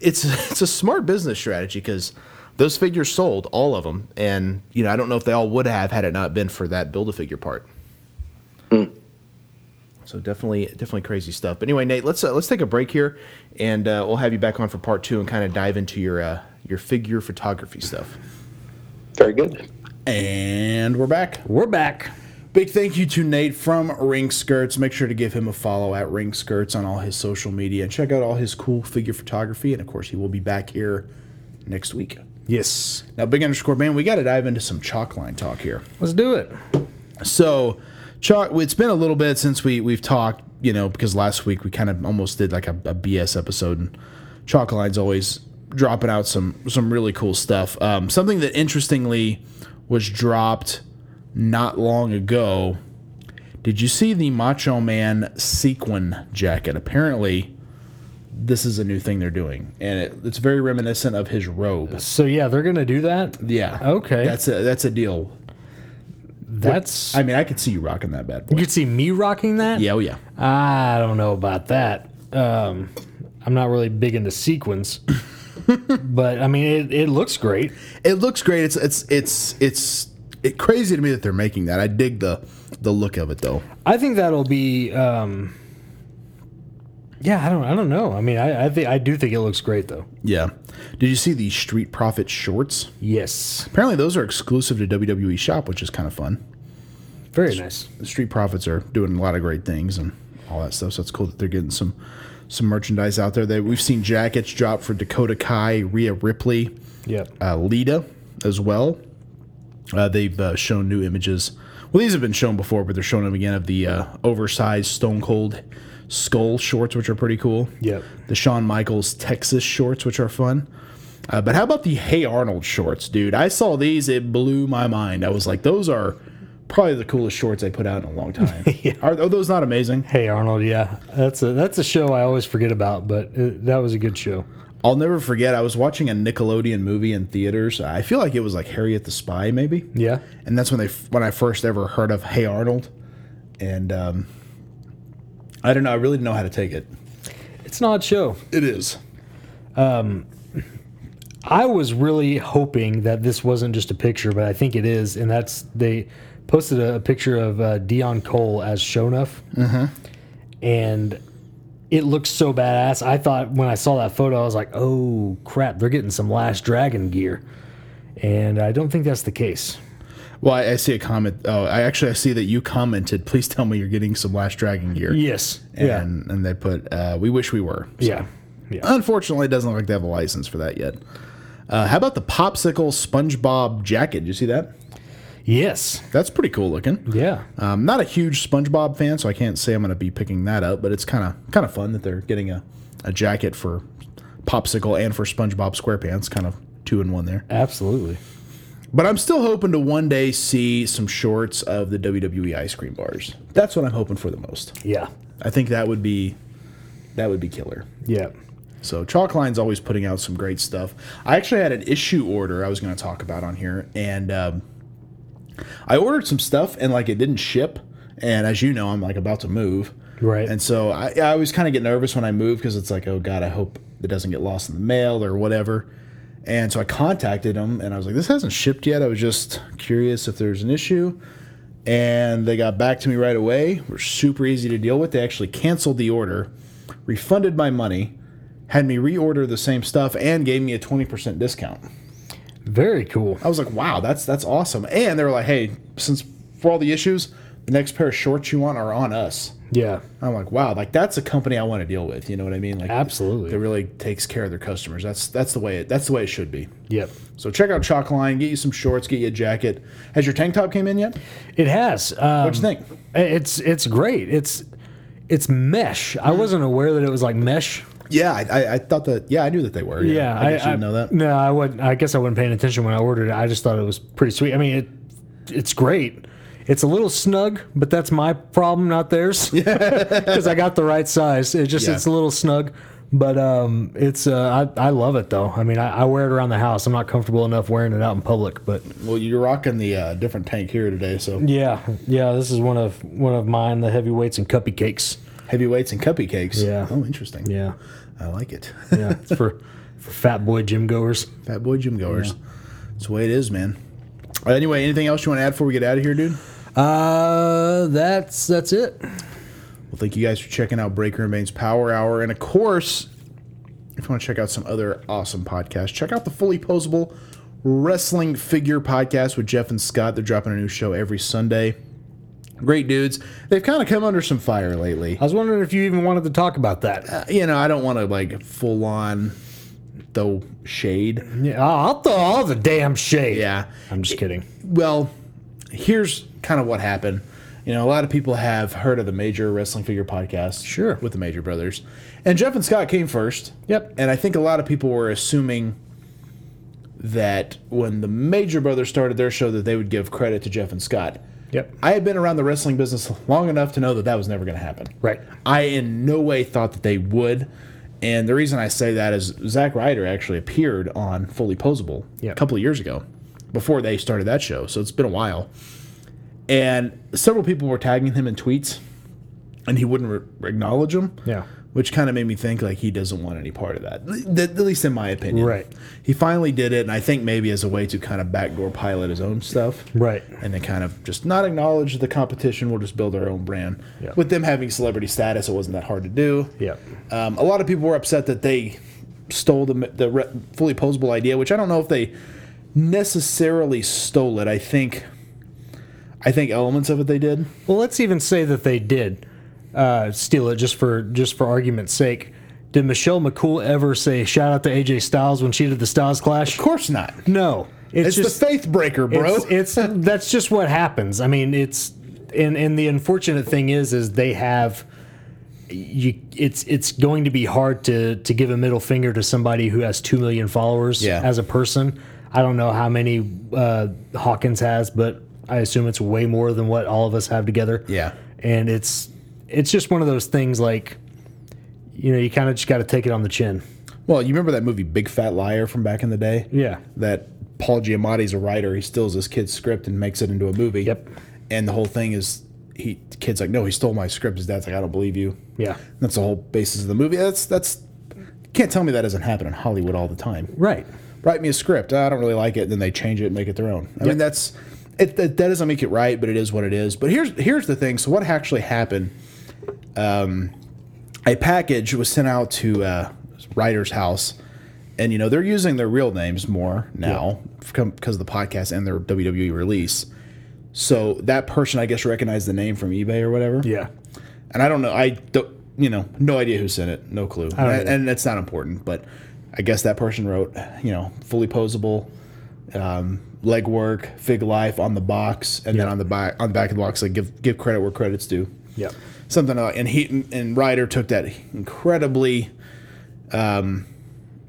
J: it's it's a smart business strategy because those figures sold all of them, and you know I don't know if they all would have had it not been for that build a figure part. So definitely definitely crazy stuff. But anyway, Nate, let's uh, let's take a break here, and uh, we'll have you back on for part two and kind of dive into your uh, your figure photography stuff.
H: Very good.
B: And we're back.
C: We're back.
B: Big thank you to Nate from Ring Skirts. Make sure to give him a follow at Ring Skirts on all his social media and check out all his cool figure photography. And of course, he will be back here next week.
C: Yes.
B: Now, big underscore man, we got to dive into some chalk line talk here.
C: Let's do it.
B: So, Chuck, it's been a little bit since we we've talked, you know, because last week we kind of almost did like a, a BS episode, and Chalk Line's always dropping out some some really cool stuff. Um, something that interestingly was dropped not long ago. Did you see the Macho Man sequin jacket? Apparently, this is a new thing they're doing, and it, it's very reminiscent of his robe.
C: So yeah, they're gonna do that.
B: Yeah.
C: Okay.
B: That's a that's a deal.
C: That's
B: I mean, I could see you rocking that bad
C: you
B: boy.
C: could see me rocking that.
B: Yeah, oh yeah.
C: I don't know about that. Um, I'm not really big into sequins, but I mean it, it looks great.
B: It looks great. It's it's it's it's it crazy to me that they're making that. I dig the the look of it though.
C: I think that'll be. Um, yeah, I don't. I don't know. I mean, I, I think I do think it looks great though.
B: Yeah. Did you see the Street Profit shorts?
C: Yes,
B: Apparently those are exclusive to WWE Shop, which is kind of fun.
C: very nice.
B: The Street Profits are doing a lot of great things and all that stuff. So it's cool that they're getting some some merchandise out there. That we've seen jackets drop for Dakota Kai, Rhea Ripley,
C: Yep.
B: uh, Lita as well. Uh, they've uh, shown new images. Well, these have been shown before, but they're showing them again of the uh, oversized Stone Cold skull shorts, which are pretty cool.
C: Yep.
B: The Shawn Michaels Texas shorts, which are fun. Uh, but how about the Hey Arnold shorts, dude? I saw these; it blew my mind. I was like, those are probably the coolest shorts they put out in a long time. are, are those not amazing?
C: Hey Arnold, yeah, that's a that's a show I always forget about, but uh that was a good show.
B: I'll never forget. I was watching a Nickelodeon movie in theaters. I feel like it was like Harriet the Spy, maybe.
C: Yeah,
B: and that's when they when I first ever heard of Hey Arnold, and um, I don't know. I really didn't know how to take it.
C: it's an odd show.
B: It is.
C: Um, I was really hoping that this wasn't just a picture, but I think it is, and that's they posted a, a picture of uh, Dion Cole as Shonuff, and it looks so badass. I thought when I saw that photo, I was like, "Oh crap, they're getting some Last Dragon gear," and I don't think that's the case.
B: Well, I, I see a comment. Oh, I actually I see that you commented. Please tell me you're getting some Last Dragon gear.
C: Yes.
B: And
C: yeah.
B: and they put uh, we wish we were. So,
C: Yeah. Yeah.
B: Unfortunately, it doesn't look like they have a license for that yet. Uh, how about the popsicle SpongeBob jacket? Did you see that?
C: Yes.
B: That's pretty cool looking.
C: Yeah.
B: Um, not a huge SpongeBob fan, so I can't say I'm going to be picking that up. But it's kind of kind of fun that they're getting a, a jacket for popsicle and for SpongeBob SquarePants. Kind of two in one there.
C: Absolutely.
B: But I'm still hoping to one day see some shorts of the WWE ice cream bars. That's what I'm hoping for the most.
C: Yeah.
B: I think that would be that would be killer.
C: Yeah.
B: So Chalkline's always putting out some great stuff. I actually had an issue order I was going to talk about on here, and um, I ordered some stuff and like it didn't ship. And as you know, I'm like about to move,
C: Right.
B: and so I, I always kind of get nervous when I move because it's like, oh god, I hope it doesn't get lost in the mail or whatever. And so I contacted them and I was like, this hasn't shipped yet. I was just curious if there's an issue. And they got back to me right away. Were super easy to deal with. They actually canceled the order, refunded my money, had me reorder the same stuff, and gave me a 20% discount.
C: Very cool.
B: I was like, wow, that's that's awesome. And they were like, hey, since for all the issues, the next pair of shorts you want are on us.
C: Yeah.
B: I'm like, wow, like that's a company I want to deal with. You know what I mean? Like
C: Absolutely.
B: that really takes care of their customers. That's that's the way it that's the way it should be.
C: Yep.
B: So check out Chalkline, get you some shorts, get you a jacket. Has your tank top came in yet?
C: It has. Um,
B: What'd you think?
C: It's it's great. It's it's mesh. I wasn't aware that it was like mesh.
B: Yeah, I, I, I thought that. Yeah, I knew that they were.
C: Yeah,
B: I, guess you didn't know that.
C: No, I would. I guess I wasn't paying attention when I ordered it. I just thought it was pretty sweet. I mean, it it's great. It's a little snug, but that's my problem, not theirs, because I got the right size. It just
B: Yeah.
C: it's a little snug, but um, it's uh, I I love it though. I mean, I, I wear it around the house. I'm not comfortable enough wearing it out in public, but
B: Well, you're rocking the uh, different tank here today. So
C: yeah, yeah, this is one of one of mine, the heavyweights and cuppy cakes.
B: heavyweights and cuppy cakes.
C: Yeah.
B: Oh, interesting.
C: Yeah,
B: I like it.
C: yeah, it's for for fat boy gym goers.
B: Fat boy gym goers. That's the way it is, man. Uh, Anyway, anything else you want to add before we get out of here, dude?
C: Uh, that's that's it.
B: Well, thank you guys for checking out Breaker and Bane's Power Hour. And of course, if you want to check out some other awesome podcasts, check out the fully posable wrestling figure podcast with Jeff and Scott. They're dropping a new show every Sunday. Great dudes. They've kind of come under some fire lately. Uh,
C: I was wondering if you even wanted to talk about that.
B: You know, I don't want to like full on throw shade.
C: Yeah, I'll I'll throw all the damn shade.
B: Yeah.
C: I'm just kidding.
B: Well, here's kind of what happened. You know, a lot of people have heard of the Major Wrestling Figure Podcast.
C: Sure.
B: With the Major Brothers. And Jeff and Scott came first.
C: Yep.
B: And I think a lot of people were assuming that when the Major Brothers started their show that they would give credit to Jeff and Scott.
C: Yep.
B: I had been around the wrestling business long enough to know that that was never going to happen.
C: Right.
B: I in no way thought that they would. And the reason I say that is Zack Ryder actually appeared on Fully Posable
C: Yeah.
B: a couple of years ago before they started that show. So it's been a while. And several people were tagging him in tweets and he wouldn't re- acknowledge them.
C: Yeah.
B: Which kind of made me think like he doesn't want any part of that, Th- th- at least in my opinion.
C: Right.
B: He finally did it, and I think maybe as a way to kind of backdoor pilot his own stuff
C: Right.
B: and then kind of just not acknowledge the competition. We'll just build our own brand.
C: Yeah.
B: With them having celebrity status, it wasn't that hard to do.
C: Yep.
B: Um, a lot of people were upset that they stole the, the re- fully posable idea, which I don't know if they necessarily stole it. I think, I think elements of it they did.
C: Well, let's even say that they did uh, steal it just for just for argument's sake. Did Michelle McCool ever say shout out to AJ Styles when she did the Styles Clash?
B: Of course not.
C: No.
B: It's, the faith breaker, bro.
C: It's, it's that's just what happens. I mean, it's and and the unfortunate thing is is they have you it's it's going to be hard to to give a middle finger to somebody who has 2 million followers
B: Yeah.
C: as a person. I don't know how many uh, Hawkins has, but I assume it's way more than what all of us have together.
J: Yeah.
C: And it's it's just one of those things like you know, you kind of just got to take it on the chin.
B: Well, you remember that movie Big Fat Liar from back in the day?
C: Yeah.
B: That Paul Giamatti's a writer. He steals this kid's script and makes it into a movie.
C: Yep.
B: And the whole thing is, he the kid's like, no, he stole my script. His dad's like, I don't believe you.
C: Yeah.
B: That's the whole basis of the movie. That's that's you can't tell me that doesn't happen in Hollywood all the time.
C: Right.
B: Write me a script. I don't really like it. Then they change it and make it their own. I mean, that's it, that, that doesn't make it right, but it is what it is. But here's here's the thing. So what actually happened? Um, a package was sent out to uh, writer's house, and you know they're using their real names more now because of the podcast and their WWE release. So that person, I guess, recognized the name from eBay or whatever.
C: Yeah.
B: And I don't know. I don't. You know, no idea who sent it. No clue.
C: I don't
B: and,
C: either.
B: and it's not important. But I guess that person wrote, you know, fully posable, um, legwork, fig life on the box, and then on the back on the back of the box, like give give credit where credits due.
C: Yep.
B: Something. Like, and he and Ryder took that incredibly um,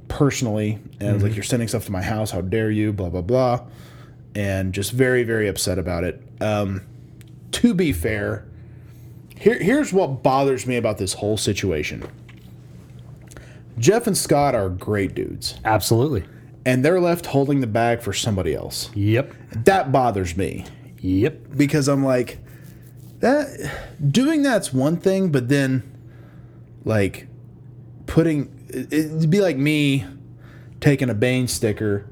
B: personally, and was like, "You're sending stuff to my house. How dare you?" Blah blah blah, and just very very upset about it. Um, to be fair, here, here's what bothers me about this whole situation. Jeff and Scott are great dudes,
C: Absolutely.
B: and they're left holding the bag for somebody else.
C: Yep.
B: That bothers me
C: Yep.
B: because I'm like that doing that's one thing, but then like putting it- it'd be like me taking a Bane sticker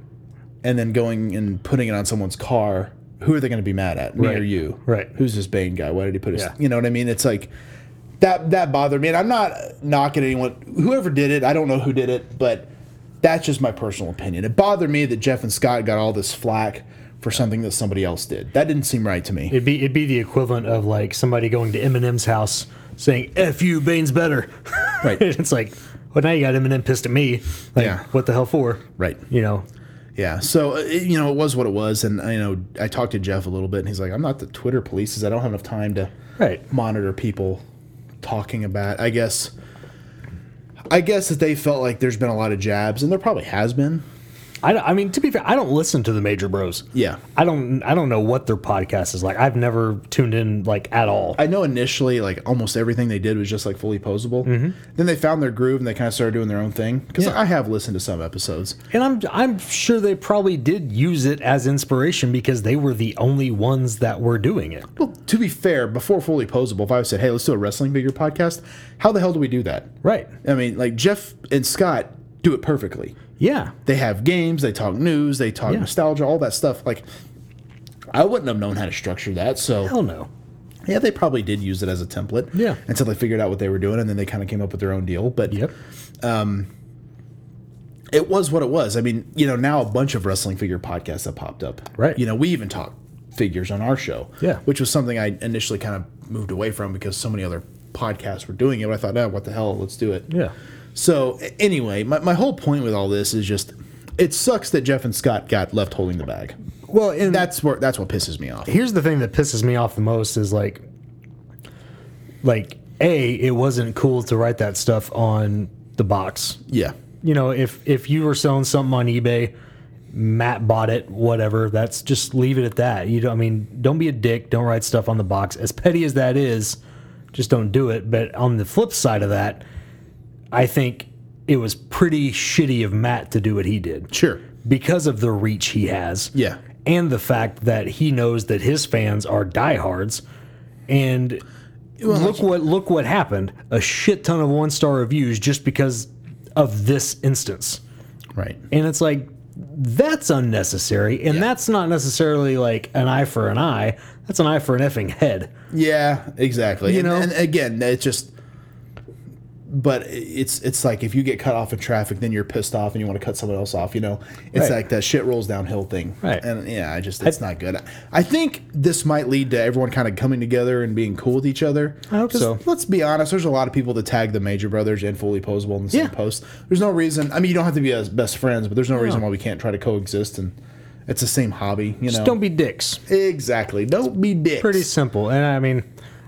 B: and then going and putting it on someone's car. Who are they going to be mad at? Me or
C: Right.
B: you?
C: Right.
B: Who's this Bane guy? Why did he put his?
C: Yeah.
B: You know what I mean? It's like that that bothered me, and I'm not knocking anyone. Whoever did it, I don't know who did it, but that's just my personal opinion. It bothered me that Jeff and Scott got all this flack for something that somebody else did. That didn't seem right to me.
C: It'd be it'd be the equivalent of like somebody going to Eminem's house saying "F you, Bane's better."
B: Right.
C: it's like, well, now you got Eminem pissed at me. Like,
B: Yeah.
C: what the hell for?
B: Right.
C: You know.
B: Yeah. So uh, it, you know, it was what it was, and you know, I talked to Jeff a little bit, and he's like, "I'm not the Twitter police. 'cause I don't have enough time to
C: Right.
B: monitor people talking about." I guess, I guess that they felt like there's been a lot of jabs, and there probably has been.
C: I, I mean, to be fair, I don't listen to the Major Bros.
B: Yeah.
C: I don't I don't know what their podcast is like. I've never tuned in like at all.
B: I know initially, like almost everything they did was just like fully posable. Then they found their groove and they kind of started doing their own thing. Because I have listened to some episodes.
C: And I'm I'm sure they probably did use it as inspiration because they were the only ones that were doing it.
B: Well, to be fair, before fully posable, if I said, "Hey, let's do a wrestling figure podcast," how the hell do we do that?
C: Right.
B: I mean, like Jeff and Scott do it perfectly.
C: Yeah.
B: They have games, they talk news, they talk
C: Yeah.
B: nostalgia, all that stuff. Like, I wouldn't have known how to structure that. So,
C: Hell no.
B: yeah, they probably did use it as a template.
C: Yeah.
B: Until they figured out what they were doing, and then they kind of came up with their own deal. But
C: Yep.
B: it was what it was. I mean, you know, now a bunch of wrestling figure podcasts have popped up.
C: Right.
B: You know, we even talk figures on our show.
C: Yeah.
B: Which was something I initially kind of moved away from because so many other podcasts were doing it. But I thought, no, what the hell? Let's do it.
C: Yeah.
B: So a- anyway, my, my whole point with all this is just it sucks that Jeff and Scott got left holding the bag.
C: Well, and
B: That's where that's what pisses me off.
C: here's the thing that pisses me off the most is like like a it wasn't cool to write that stuff on the box
B: Yeah.
C: you know if if you were selling something on ebay matt bought it whatever that's just leave it at that you don't i mean don't be a dick don't write stuff on the box as petty as that is just don't do it but on the flip side of that i think it was pretty shitty of matt to do what he did
B: Sure.
C: because of the reach he has
B: Yeah.
C: and the fact that he knows that his fans are diehards. And look what look what happened. A shit ton of one star reviews just because of this instance.
B: Right.
C: And it's like that's unnecessary. And that's not necessarily like an eye for an eye. That's an eye for an effing head.
B: Yeah, exactly.
C: You
B: and,
C: know?
B: and again, it's just but it's it's like if you get cut off in traffic, then you're pissed off and you want to cut someone else off. You know, it's
C: Right.
B: like that shit rolls downhill thing.
C: Right.
B: And yeah, I just it's not good. I think this might lead to everyone kind of coming together and being cool with each other.
C: I hope
B: 'Cause
C: so.
B: Let's be honest. There's a lot of people that tag the Major Brothers and Fully Posable in the same
C: Yeah.
B: post. There's no reason. I mean, you don't have to be as best friends, but there's no reason why we can't try to coexist and. It's the same hobby, you know.
C: Just don't be dicks.
B: exactly. Don't be dicks.
C: pretty simple. And I mean,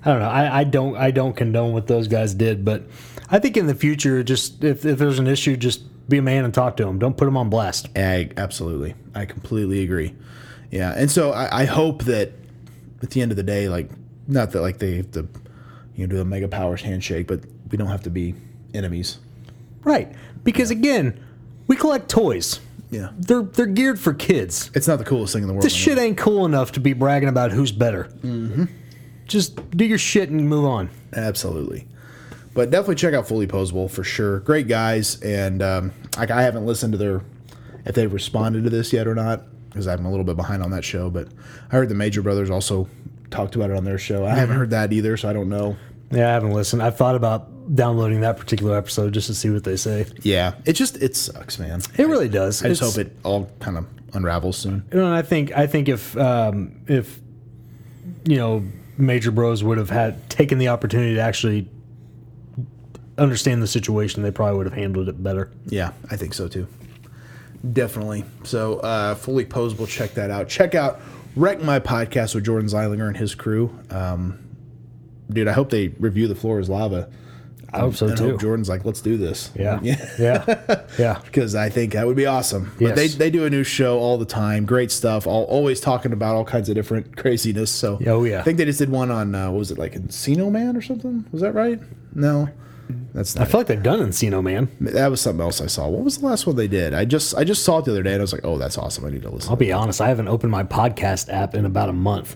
C: I don't know. I, I don't I don't condone what those guys did, but I think in the future, just if, if there's an issue, just be a man and talk to them. Don't put them on blast.
B: Ag, absolutely. I completely agree. Yeah. And so I, I hope that at the end of the day, like not that like they have to you know do the mega powers handshake, but we don't have to be enemies.
C: Right. Because again, we collect toys.
B: Yeah.
C: They're they're geared for kids.
B: It's not the coolest thing in the world.
C: This
B: I
C: shit ain't cool enough to be bragging about who's better. Mm-hmm. Just do your shit and move on.
B: Absolutely. But definitely check out Fully Posable for sure. Great guys, and um, like I haven't listened to their if they responded to this yet or not because I'm a little bit behind on that show. But I heard the Major Brothers also talked about it on their show. I haven't heard that either, so I don't know.
C: Yeah, I haven't listened. I've thought about downloading that particular episode just to see what they say.
B: Yeah, it just it sucks, man.
C: It really does.
B: I just
C: It's-
B: hope it all kind of unravels soon.
C: You know, and I think I think if um, if you know Major Bros would have had taken the opportunity to actually understand the situation, they probably would have handled it better.
B: Yeah, I think so too. Definitely. So, uh, fully posable. Check that out. Check out Wreck My Podcast with Jordan Zeilinger and his crew. Um, dude, I hope they review The Floor is Lava.
C: I hope so
B: And
C: too.
B: Jordan's like, let's do this.
C: Yeah.
B: Yeah.
C: Yeah, yeah.
B: Because I think that would be awesome. But they,
C: Yes.
B: they do a new show all the time. Great stuff. All, always talking about all kinds of different craziness. So
C: Oh, yeah.
B: I think they just did one on, uh, what was it, like Encino Man or something? Was that right? No. That's
C: I
B: not
C: feel like they've done Encino Man.
B: that was something else I saw. What was the last one they did? I just I just saw it the other day and I was like, oh, that's awesome. I need to listen.
C: I'll be honest, I haven't opened my podcast app in about a month,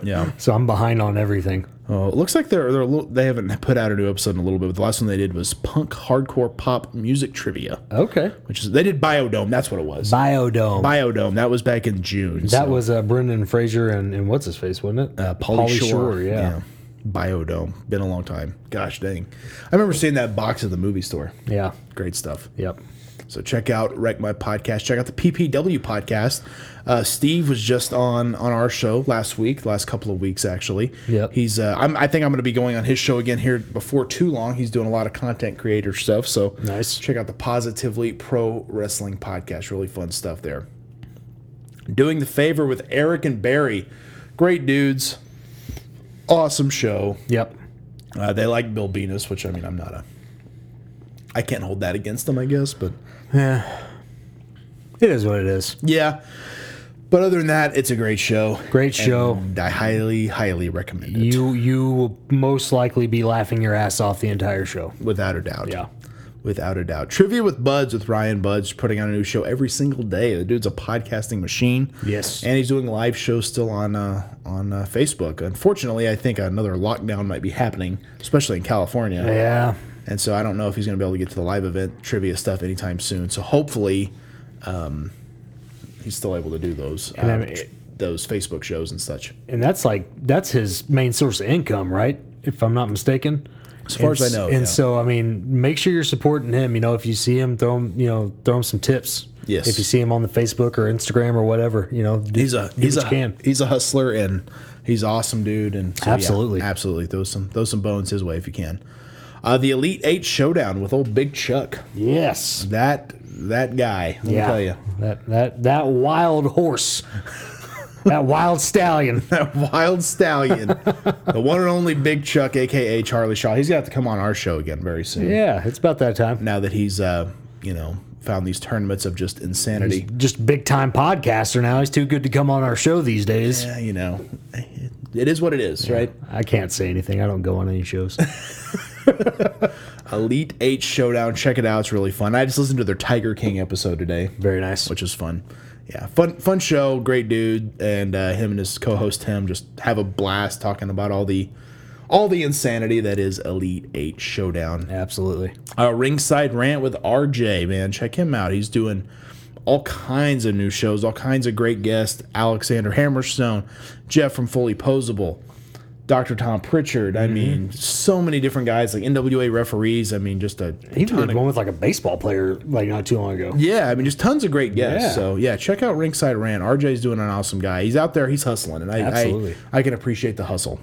B: Yeah.
C: so I'm behind on everything.
B: Oh, it looks like they're they're a little, they haven't put out a new episode in a little bit. But the last one they did was punk hardcore pop music trivia,
C: Okay,
B: which is they did Biodome. That's what it was.
C: Biodome.
B: Biodome. That was back in June.
C: that was uh, Brendan Fraser and, and what's his face, wasn't it?
B: uh, Pauly,
C: Pauly
B: Shore.
C: Shore, yeah.
B: Biodome. Been a long time. Gosh dang. I remember seeing that box at the movie store.
C: Yeah.
B: Great stuff.
C: Yep.
B: So check out Wreck My Podcast. Check out the PPW podcast. Uh, Steve was just on on our show last week, last couple of weeks actually.
C: Yep.
B: He's uh, I'm, I think I'm going to be going on his show again here before too long. He's doing a lot of content creator stuff. So
C: Nice.
B: Check out the Positively Pro Wrestling podcast. Really fun stuff there. Doing the favor with Eric and Barry, great dudes. Awesome show.
C: Yep.
B: Uh, they like Bill Venus, which I mean, I'm not a. I can't hold that against them, I guess, but.
C: It is what it is.
B: Yeah. But other than that, it's a great show.
C: Great show.
B: And I highly, highly recommend it.
C: You you will most likely be laughing your ass off the entire show.
B: Without a doubt. Without a doubt. Trivia with Buds with Ryan Buds putting on a new show every single day. The dude's a podcasting machine.
C: Yes.
B: And he's doing live shows still on uh, on uh, Facebook. Unfortunately, I think another lockdown might be happening, especially in California.
C: Yeah.
B: And so I don't know if he's going to be able to get to the live event trivia stuff anytime soon. So hopefully, um, he's still able to do those
C: And I
B: uh,
C: mean-
B: tr- those Facebook shows and such.
C: And that's like that's his main source of income, right? If I'm not mistaken. As
B: far
C: and,
B: as I know,
C: And
B: yeah.
C: so I mean, make sure you're supporting him. You know, if you see him, throw him, you know, throw him some tips.
B: Yes.
C: If you see him on the Facebook or Instagram or whatever, you know, do,
B: He's a
C: do
B: he's
C: what
B: a
C: you can.
B: he's a hustler and he's an awesome dude and so, yeah,
C: Absolutely.
B: absolutely throw some throw some bones his way if you can. Uh, the Elite Eight Showdown with old Big Chuck.
C: Yes.
B: That that guy. Let me
C: yeah.
B: tell you,
C: That that that wild horse. that wild stallion.
B: that wild stallion, the one and only Big Chuck, aka Charlie Shaw. He's got to come on our show again very soon.
C: Yeah, it's about that time.
B: Now that he's uh, you know found these tournaments of just insanity.
C: Just big time podcaster now. He's too good to come on our show these days.
B: Yeah, you know, it is what it is, right?
C: I can't say anything. I don't go on any shows.
B: Elite Eight Showdown. Check it out; it's really fun. I just listened to their Tiger King episode today.
C: Very nice.
B: which is fun. Yeah, fun fun show, great dude, and uh, him and his co-host Tim just have a blast talking about all the all the insanity that is Elite Eight Showdown.
C: Absolutely.
B: Uh, Ringside Rant with RJ, man, check him out. He's doing all kinds of new shows, all kinds of great guests. Alexander Hammerstone, Jeff from Fully Posable, Dr. Tom Pritchard. I mean, so many different guys like NWA referees. I mean, just a
C: He even did one with like a baseball player like not too long ago.
B: yeah, I mean, just tons of great guests.
C: Yeah.
B: So yeah, check out Ringside Rant. RJ's doing an awesome guy. He's out there. He's hustling, and I
C: Absolutely.
B: I, I can appreciate the hustle.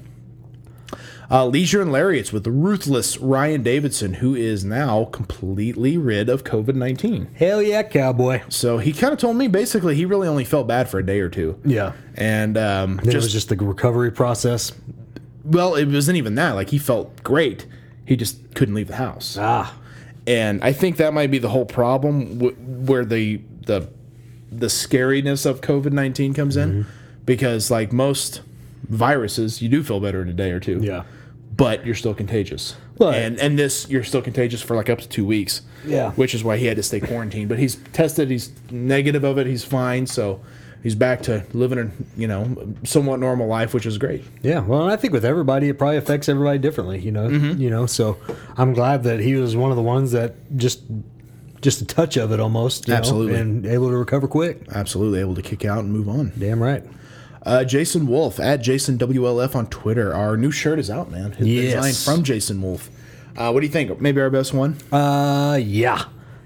B: Uh, Leisure and Lariats with the ruthless Ryan Davidson, who is now completely rid of COVID nineteen.
C: Hell yeah, cowboy.
B: So he kind of told me basically he really only felt bad for a day or two.
C: Yeah.
B: And um,
C: Then
B: just,
C: it was just the recovery process.
B: well, it wasn't even that. Like he felt great. He just couldn't leave the house.
C: Ah.
B: and I think that might be the whole problem w- where the Mm-hmm. the the scariness of COVID nineteen comes in, because like most viruses, you do feel better in a day or two.
C: Yeah.
B: But you're still contagious. and and this you're still contagious for like up to two weeks.
C: Yeah.
B: Which is why he had to stay quarantined. But he's tested, he's negative of it, he's fine, so he's back to living a you know, somewhat normal life, which is great.
C: Yeah, well, and I think with everybody, it probably affects everybody differently, you know. You know, so I'm glad that he was one of the ones that just, just a touch of it almost, you know,
B: Absolutely.
C: and able to recover quick.
B: Absolutely able to kick out and move on.
C: Damn right.
B: Uh, Jason Wolf at Jason WLF on Twitter. Our new shirt is out, man. His
C: Yes.
B: design from Jason Wolf. Uh, what do you think? Maybe our best one.
C: Uh, yeah,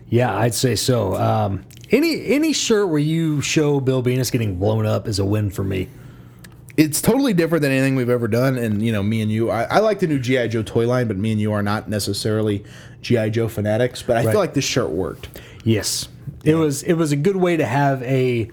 C: yeah, I'd say so. Um, any any shirt where you show Bill Venus getting blown up is a win for me.
B: It's totally different than anything we've ever done. And you know, me and you, I, I like the new GI Joe toy line, but me and you are not necessarily GI Joe fanatics. But I
C: Right.
B: feel like this shirt worked.
C: Yes, it was it was a good way to have a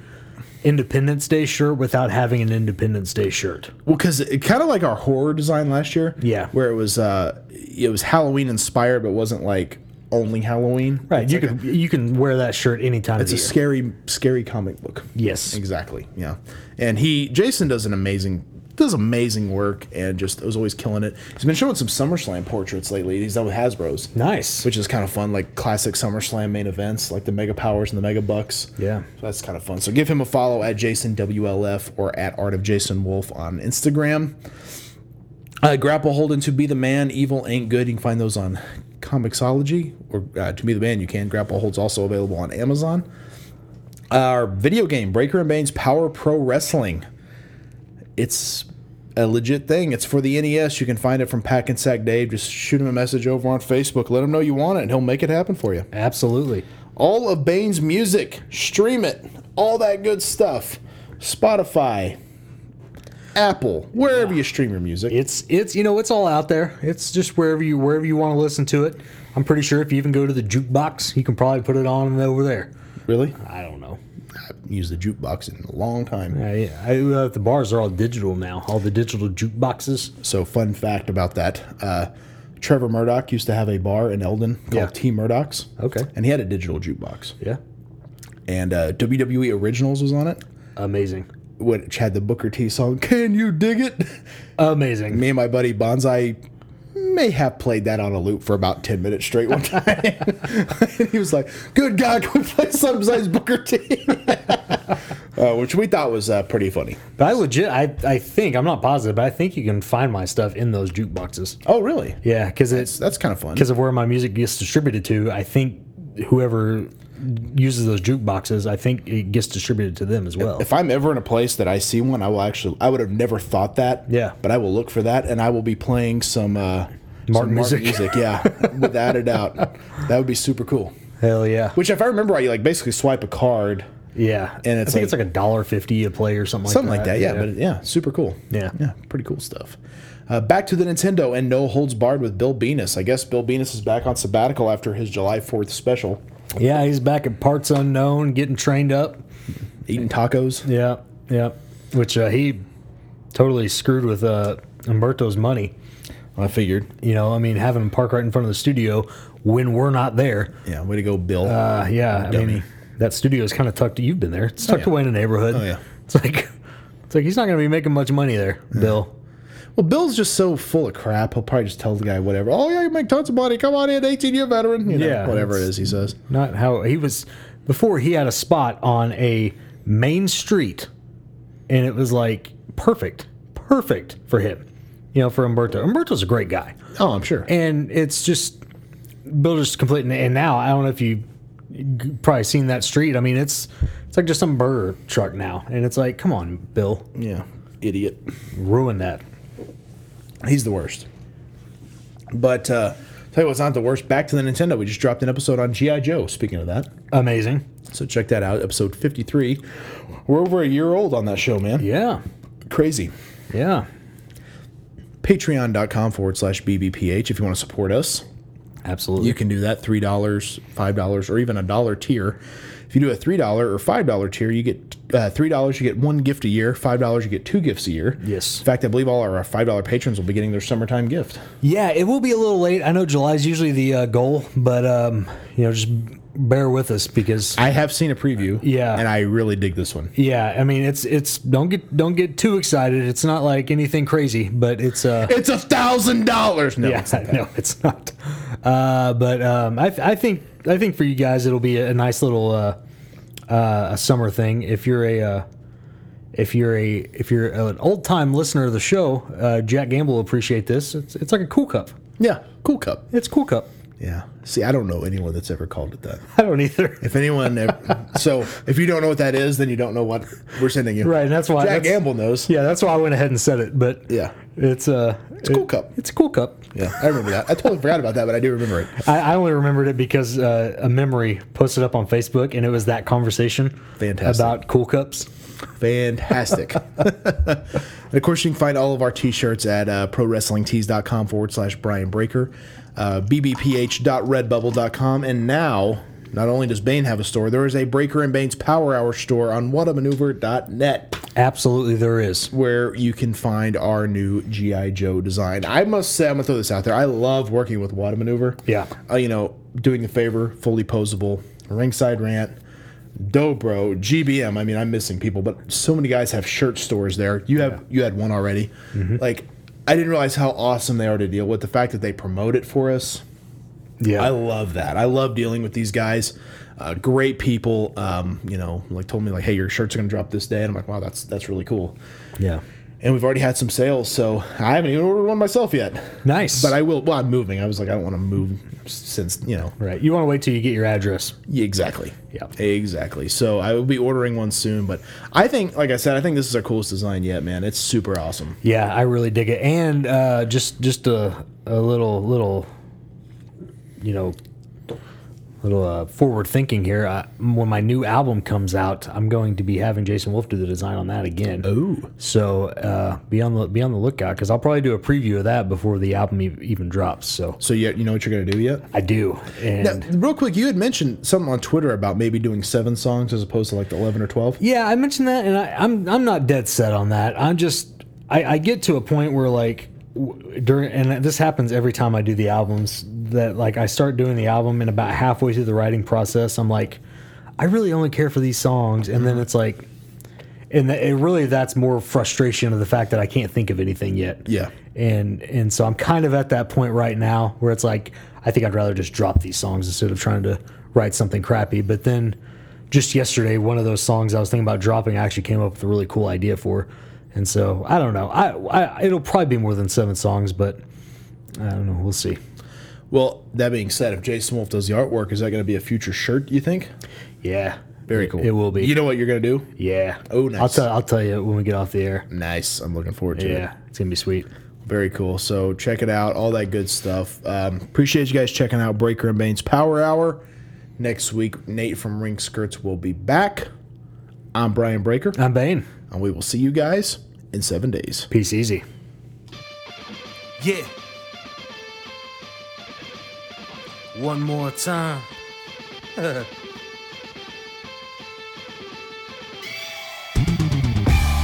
C: Independence Day shirt without having an Independence Day shirt.
B: Well, because it kind of like our horror design last year.
C: Yeah.
B: where it was uh, it was Halloween inspired, but wasn't like only Halloween.
C: Right, you can you can wear that shirt any time.
B: It's a scary, scary comic book.
C: Yes.
B: exactly. Yeah, and he Jason does an amazing does amazing work and just was always killing it. He's been showing some SummerSlam portraits lately. He's done with Hasbro's,
C: Nice.
B: which is kind of fun, like classic SummerSlam main events, like the Mega Powers and the Mega Bucks.
C: Yeah.
B: So that's kind of fun. So give him a follow at Jason WLF or at Art of Jason Wolf on Instagram. Uh, Grapple Holden to be the man. Evil ain't good. You can find those on Comixology or uh, to be the man. You can. Grapple Hold's also available on Amazon. Our video game Breaker and Bane's Power Pro Wrestling. It's a legit thing. It's for the NES. You can find it from Pack and Sack Dave. Just shoot him a message over on Facebook. Let him know you want it, and he'll make it happen for you.
C: Absolutely.
B: All of Bane's music, stream it, all that good stuff. Spotify, Apple, wherever you stream your music.
C: It's it's you know it's all out there. It's just wherever you wherever you want to listen to it. I'm pretty sure if you even go to the jukebox, you can probably put it on over there.
B: Really?
C: I don't know.
B: used the jukebox in a long time.
C: I, I, uh, the bars are all digital now. All the digital jukeboxes.
B: So, fun fact about that uh, Trevor Murdoch used to have a bar in Eldon called
C: Yeah.
B: T Murdoch's,
C: Okay.
B: and he had a digital jukebox.
C: Yeah.
B: And uh, WWE Originals was on it,
C: Amazing.
B: which had the Booker T song, Can You Dig It?
C: Amazing.
B: Me and my buddy Bonsai may have played that on a loop for about 10 minutes straight one time. and he was like, Good God, can we play something besides Booker T? uh, which we thought was uh, pretty funny.
C: But I legit, I, I think I'm not positive, but I think you can find my stuff in those jukeboxes.
B: Oh, really?
C: Yeah, because it's
B: That's kind of fun.
C: because of where my music gets distributed to. I think whoever uses those jukeboxes, I think it gets distributed to them as well.
B: if I'm ever in a place that I see one, I will actually. I would have never thought that.
C: Yeah.
B: But I will look for that, and I will be playing some uh, some
C: Martin music.
B: Yeah, without a doubt, that would be super cool.
C: Hell yeah.
B: Which, if I remember right, you like basically swipe a card,
C: Yeah,
B: And it's
C: I think
B: like-
C: it's like a dollar fifty a play or something like
B: something
C: that.
B: like that. Yeah, but yeah, super cool.
C: Yeah.
B: yeah, pretty cool stuff. Uh, back to the Nintendo and no holds barred with Bill Venus. I guess Bill Venus is back on sabbatical after his July Fourth special,
C: but yeah, he's back at parts unknown, getting trained up.
B: eating tacos.
C: Yeah, yeah, which uh, he totally screwed with uh, Umberto's money.
B: I figured.
C: You know, I mean, having him park right in front of the studio when we're not there.
B: Yeah, way to go, Bill.
C: Uh, yeah, I mean,
B: Dummy.
C: that studio is kind of tucked. You've been there. It's tucked away in a neighborhood.
B: Oh, yeah.
C: it's like it's like he's not going to be making much money there, Bill.
B: Well, Bill's just so full of crap. He'll probably just tell the guy whatever. Oh yeah, you make tons of money. Come on in, eighteen year veteran. You know,
C: Yeah,
B: whatever it
C: it's-
B: is he says.
C: Not how he was before he had a spot on a main street and it was like perfect, perfect for him. You know, for Umberto. Umberto's a great guy.
B: Oh, I'm sure.
C: And it's just builders complete and now I don't know if you g- probably seen that street. I mean, it's it's like just some burger truck now. And it's like, come on, Bill,
B: yeah, idiot.
C: ruin that.
B: He's the worst. But uh, tell you what's not the worst. Back to the Nintendo. We just dropped an episode on GI Joe. Speaking of that,
C: Amazing.
B: so check that out. Episode 53. We're over a year old on that show, man.
C: Yeah.
B: Crazy.
C: Yeah.
B: Patreon.com forward slash BBPH if you want to support us.
C: Absolutely.
B: You can do that three dollars, five dollars, or even a dollar tier. If you do a three dollar or five dollar tier, you get uh, three dollars, you get one gift a year. Five dollars, you get two gifts a year. Yes. In fact, I believe all our five dollar patrons will be getting their summertime gift.
C: Yeah, it will be a little late. I know July's usually the uh, goal, but um, you know, just bear with us because
B: I have seen a preview.
C: Yeah.
B: and I really dig this one.
C: yeah, I mean, it's it's don't get don't get too excited. It's not like anything crazy, but it's uh
B: It's a thousand dollars. No,
C: yeah,
B: it's not that.
C: no, it's not. Uh, but um, I, I think I think for you guys it'll be a nice little uh, uh, a summer thing. If you're a uh, if you're a if you're an old time listener of the show, uh, Jack Gamble will appreciate this. It's it's like a cool cup.
B: Yeah, cool cup.
C: It's cool cup.
B: Yeah. See, I don't know anyone that's ever called it that.
C: I don't either.
B: If anyone, ever, so if you don't know what that is, then you don't know what we're sending you.
C: Right, and that's why
B: Jack
C: that's-
B: Gamble knows.
C: Yeah, that's why I went ahead and said it. But
B: Yeah.
C: it's uh,
B: It's a cool cup.
C: it's a cool cup.
B: Yeah, I remember that. I totally forgot about that, but I do remember it.
C: I, I only remembered it because uh, a memory posted up on Facebook, and it was that conversation
B: Fantastic.
C: about cool cups.
B: Fantastic. and of course, you can find all of our t shirts at uh, prowrestlingtees.com forward slash Brian Breaker, uh, bbph.redbubble.com. And now, not only does Bane have a store, there is a Breaker and Bane's Power Hour store on whatamaneuver.net
C: Absolutely, there is.
B: where you can find our new GI Joe design. I must say, I'm gonna throw this out there. I love working with Wada Maneuver.
C: Yeah.
B: uh, you know, doing the favor, fully posable, ringside rant, Dobro, GBM. I mean, I'm missing people, but so many guys have shirt stores there. You have you had one already.
C: Mm-hmm.
B: Like, I didn't realize how awesome they are to deal with. The fact that they promote it for us.
C: Yeah,
B: I love that. I love dealing with these guys. Uh, great people. Um, you know, like told me like, hey, your shirts are gonna drop this day, and I'm like, wow, that's that's really cool
C: yeah,
B: and we've already had some sales, so I haven't even ordered one myself yet.
C: nice.
B: But I will. Well, I'm moving. I was like, I don't want to move since you know.
C: Right. You want to wait till you get your address.
B: Yeah, exactly.
C: Yeah.
B: Exactly. So I will be ordering one soon. But I think, like I said, I think this is our coolest design yet, man. It's super awesome.
C: Yeah, I really dig it. And uh, just just a a little little, you know, little uh, forward thinking here. I, when my new album comes out, I'm going to be having Jason Wolf do the design on that again.
B: Ooh.
C: So uh, be on the be on the lookout because I'll probably do a preview of that before the album e- even drops. So
B: So you, you know what you're gonna do yet?
C: I do. And
B: Now, real quick, you had mentioned something on Twitter about maybe doing seven songs as opposed to like the eleven or twelve.
C: Yeah, I mentioned that, and I, I'm I'm not dead set on that. I'm just I, I get to a point where like w- during and this happens every time I do the albums that like I start doing the album and about halfway through the writing process I'm like I really only care for these songs, and then it's like and that, it really that's more frustration of the fact that I can't think of anything yet.
B: Yeah.
C: And and so I'm kind of at that point right now where it's like I think I'd rather just drop these songs instead of trying to write something crappy. But then just yesterday, one of those songs I was thinking about dropping, I actually came up with a really cool idea for. And so I don't know. I, I it'll probably be more than seven songs, but I don't know. We'll see.
B: Well, that being said, if Jason Wolf does the artwork, is that gonna be a future shirt? You think?
C: Yeah.
B: Very cool.
C: It will be.
B: You know what you're gonna do?
C: yeah.
B: Oh, nice.
C: I'll tell I'll tell you when we get off the air.
B: Nice. I'm looking forward to it.
C: Yeah, it's gonna be sweet.
B: Very cool. So check it out. All that good stuff. Um, appreciate you guys checking out Breaker and Bane's Power Hour. Next week, Nate from Rink Skirts will be back. I'm Brian Breaker,
C: I'm Bane.
B: and we will see you guys in seven days.
C: Peace easy.
G: Yeah. One more time.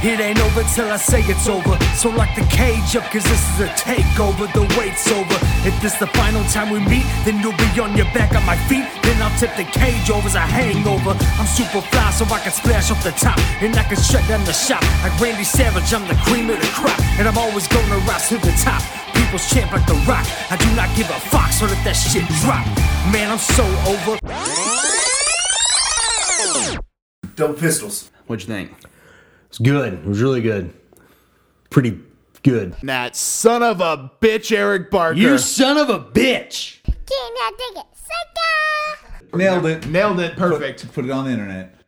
G: It ain't over till I say it's over. So lock the cage up, cause this is a takeover. The wait's over. If this the final time we meet, then you'll be on your back on my feet. Then I'll tip the cage over as a hangover. I'm super fly, so I can splash off the top. And I can shut down the shop. Like Randy Savage, I'm the cream of the crop. And I'm always gonna rise to the top. People's champ like the rock. I do not give a fuck, so let that shit drop. Man, I'm so over.
K: Double pistols. What'd you think?
A: It's good. It was really good. Pretty good.
F: That son of a bitch, Eric Barker.
A: You son of a bitch!
L: King, I dig it. Sucker!
K: Nailed it.
F: Nailed it. Perfect.
K: Put it on the internet.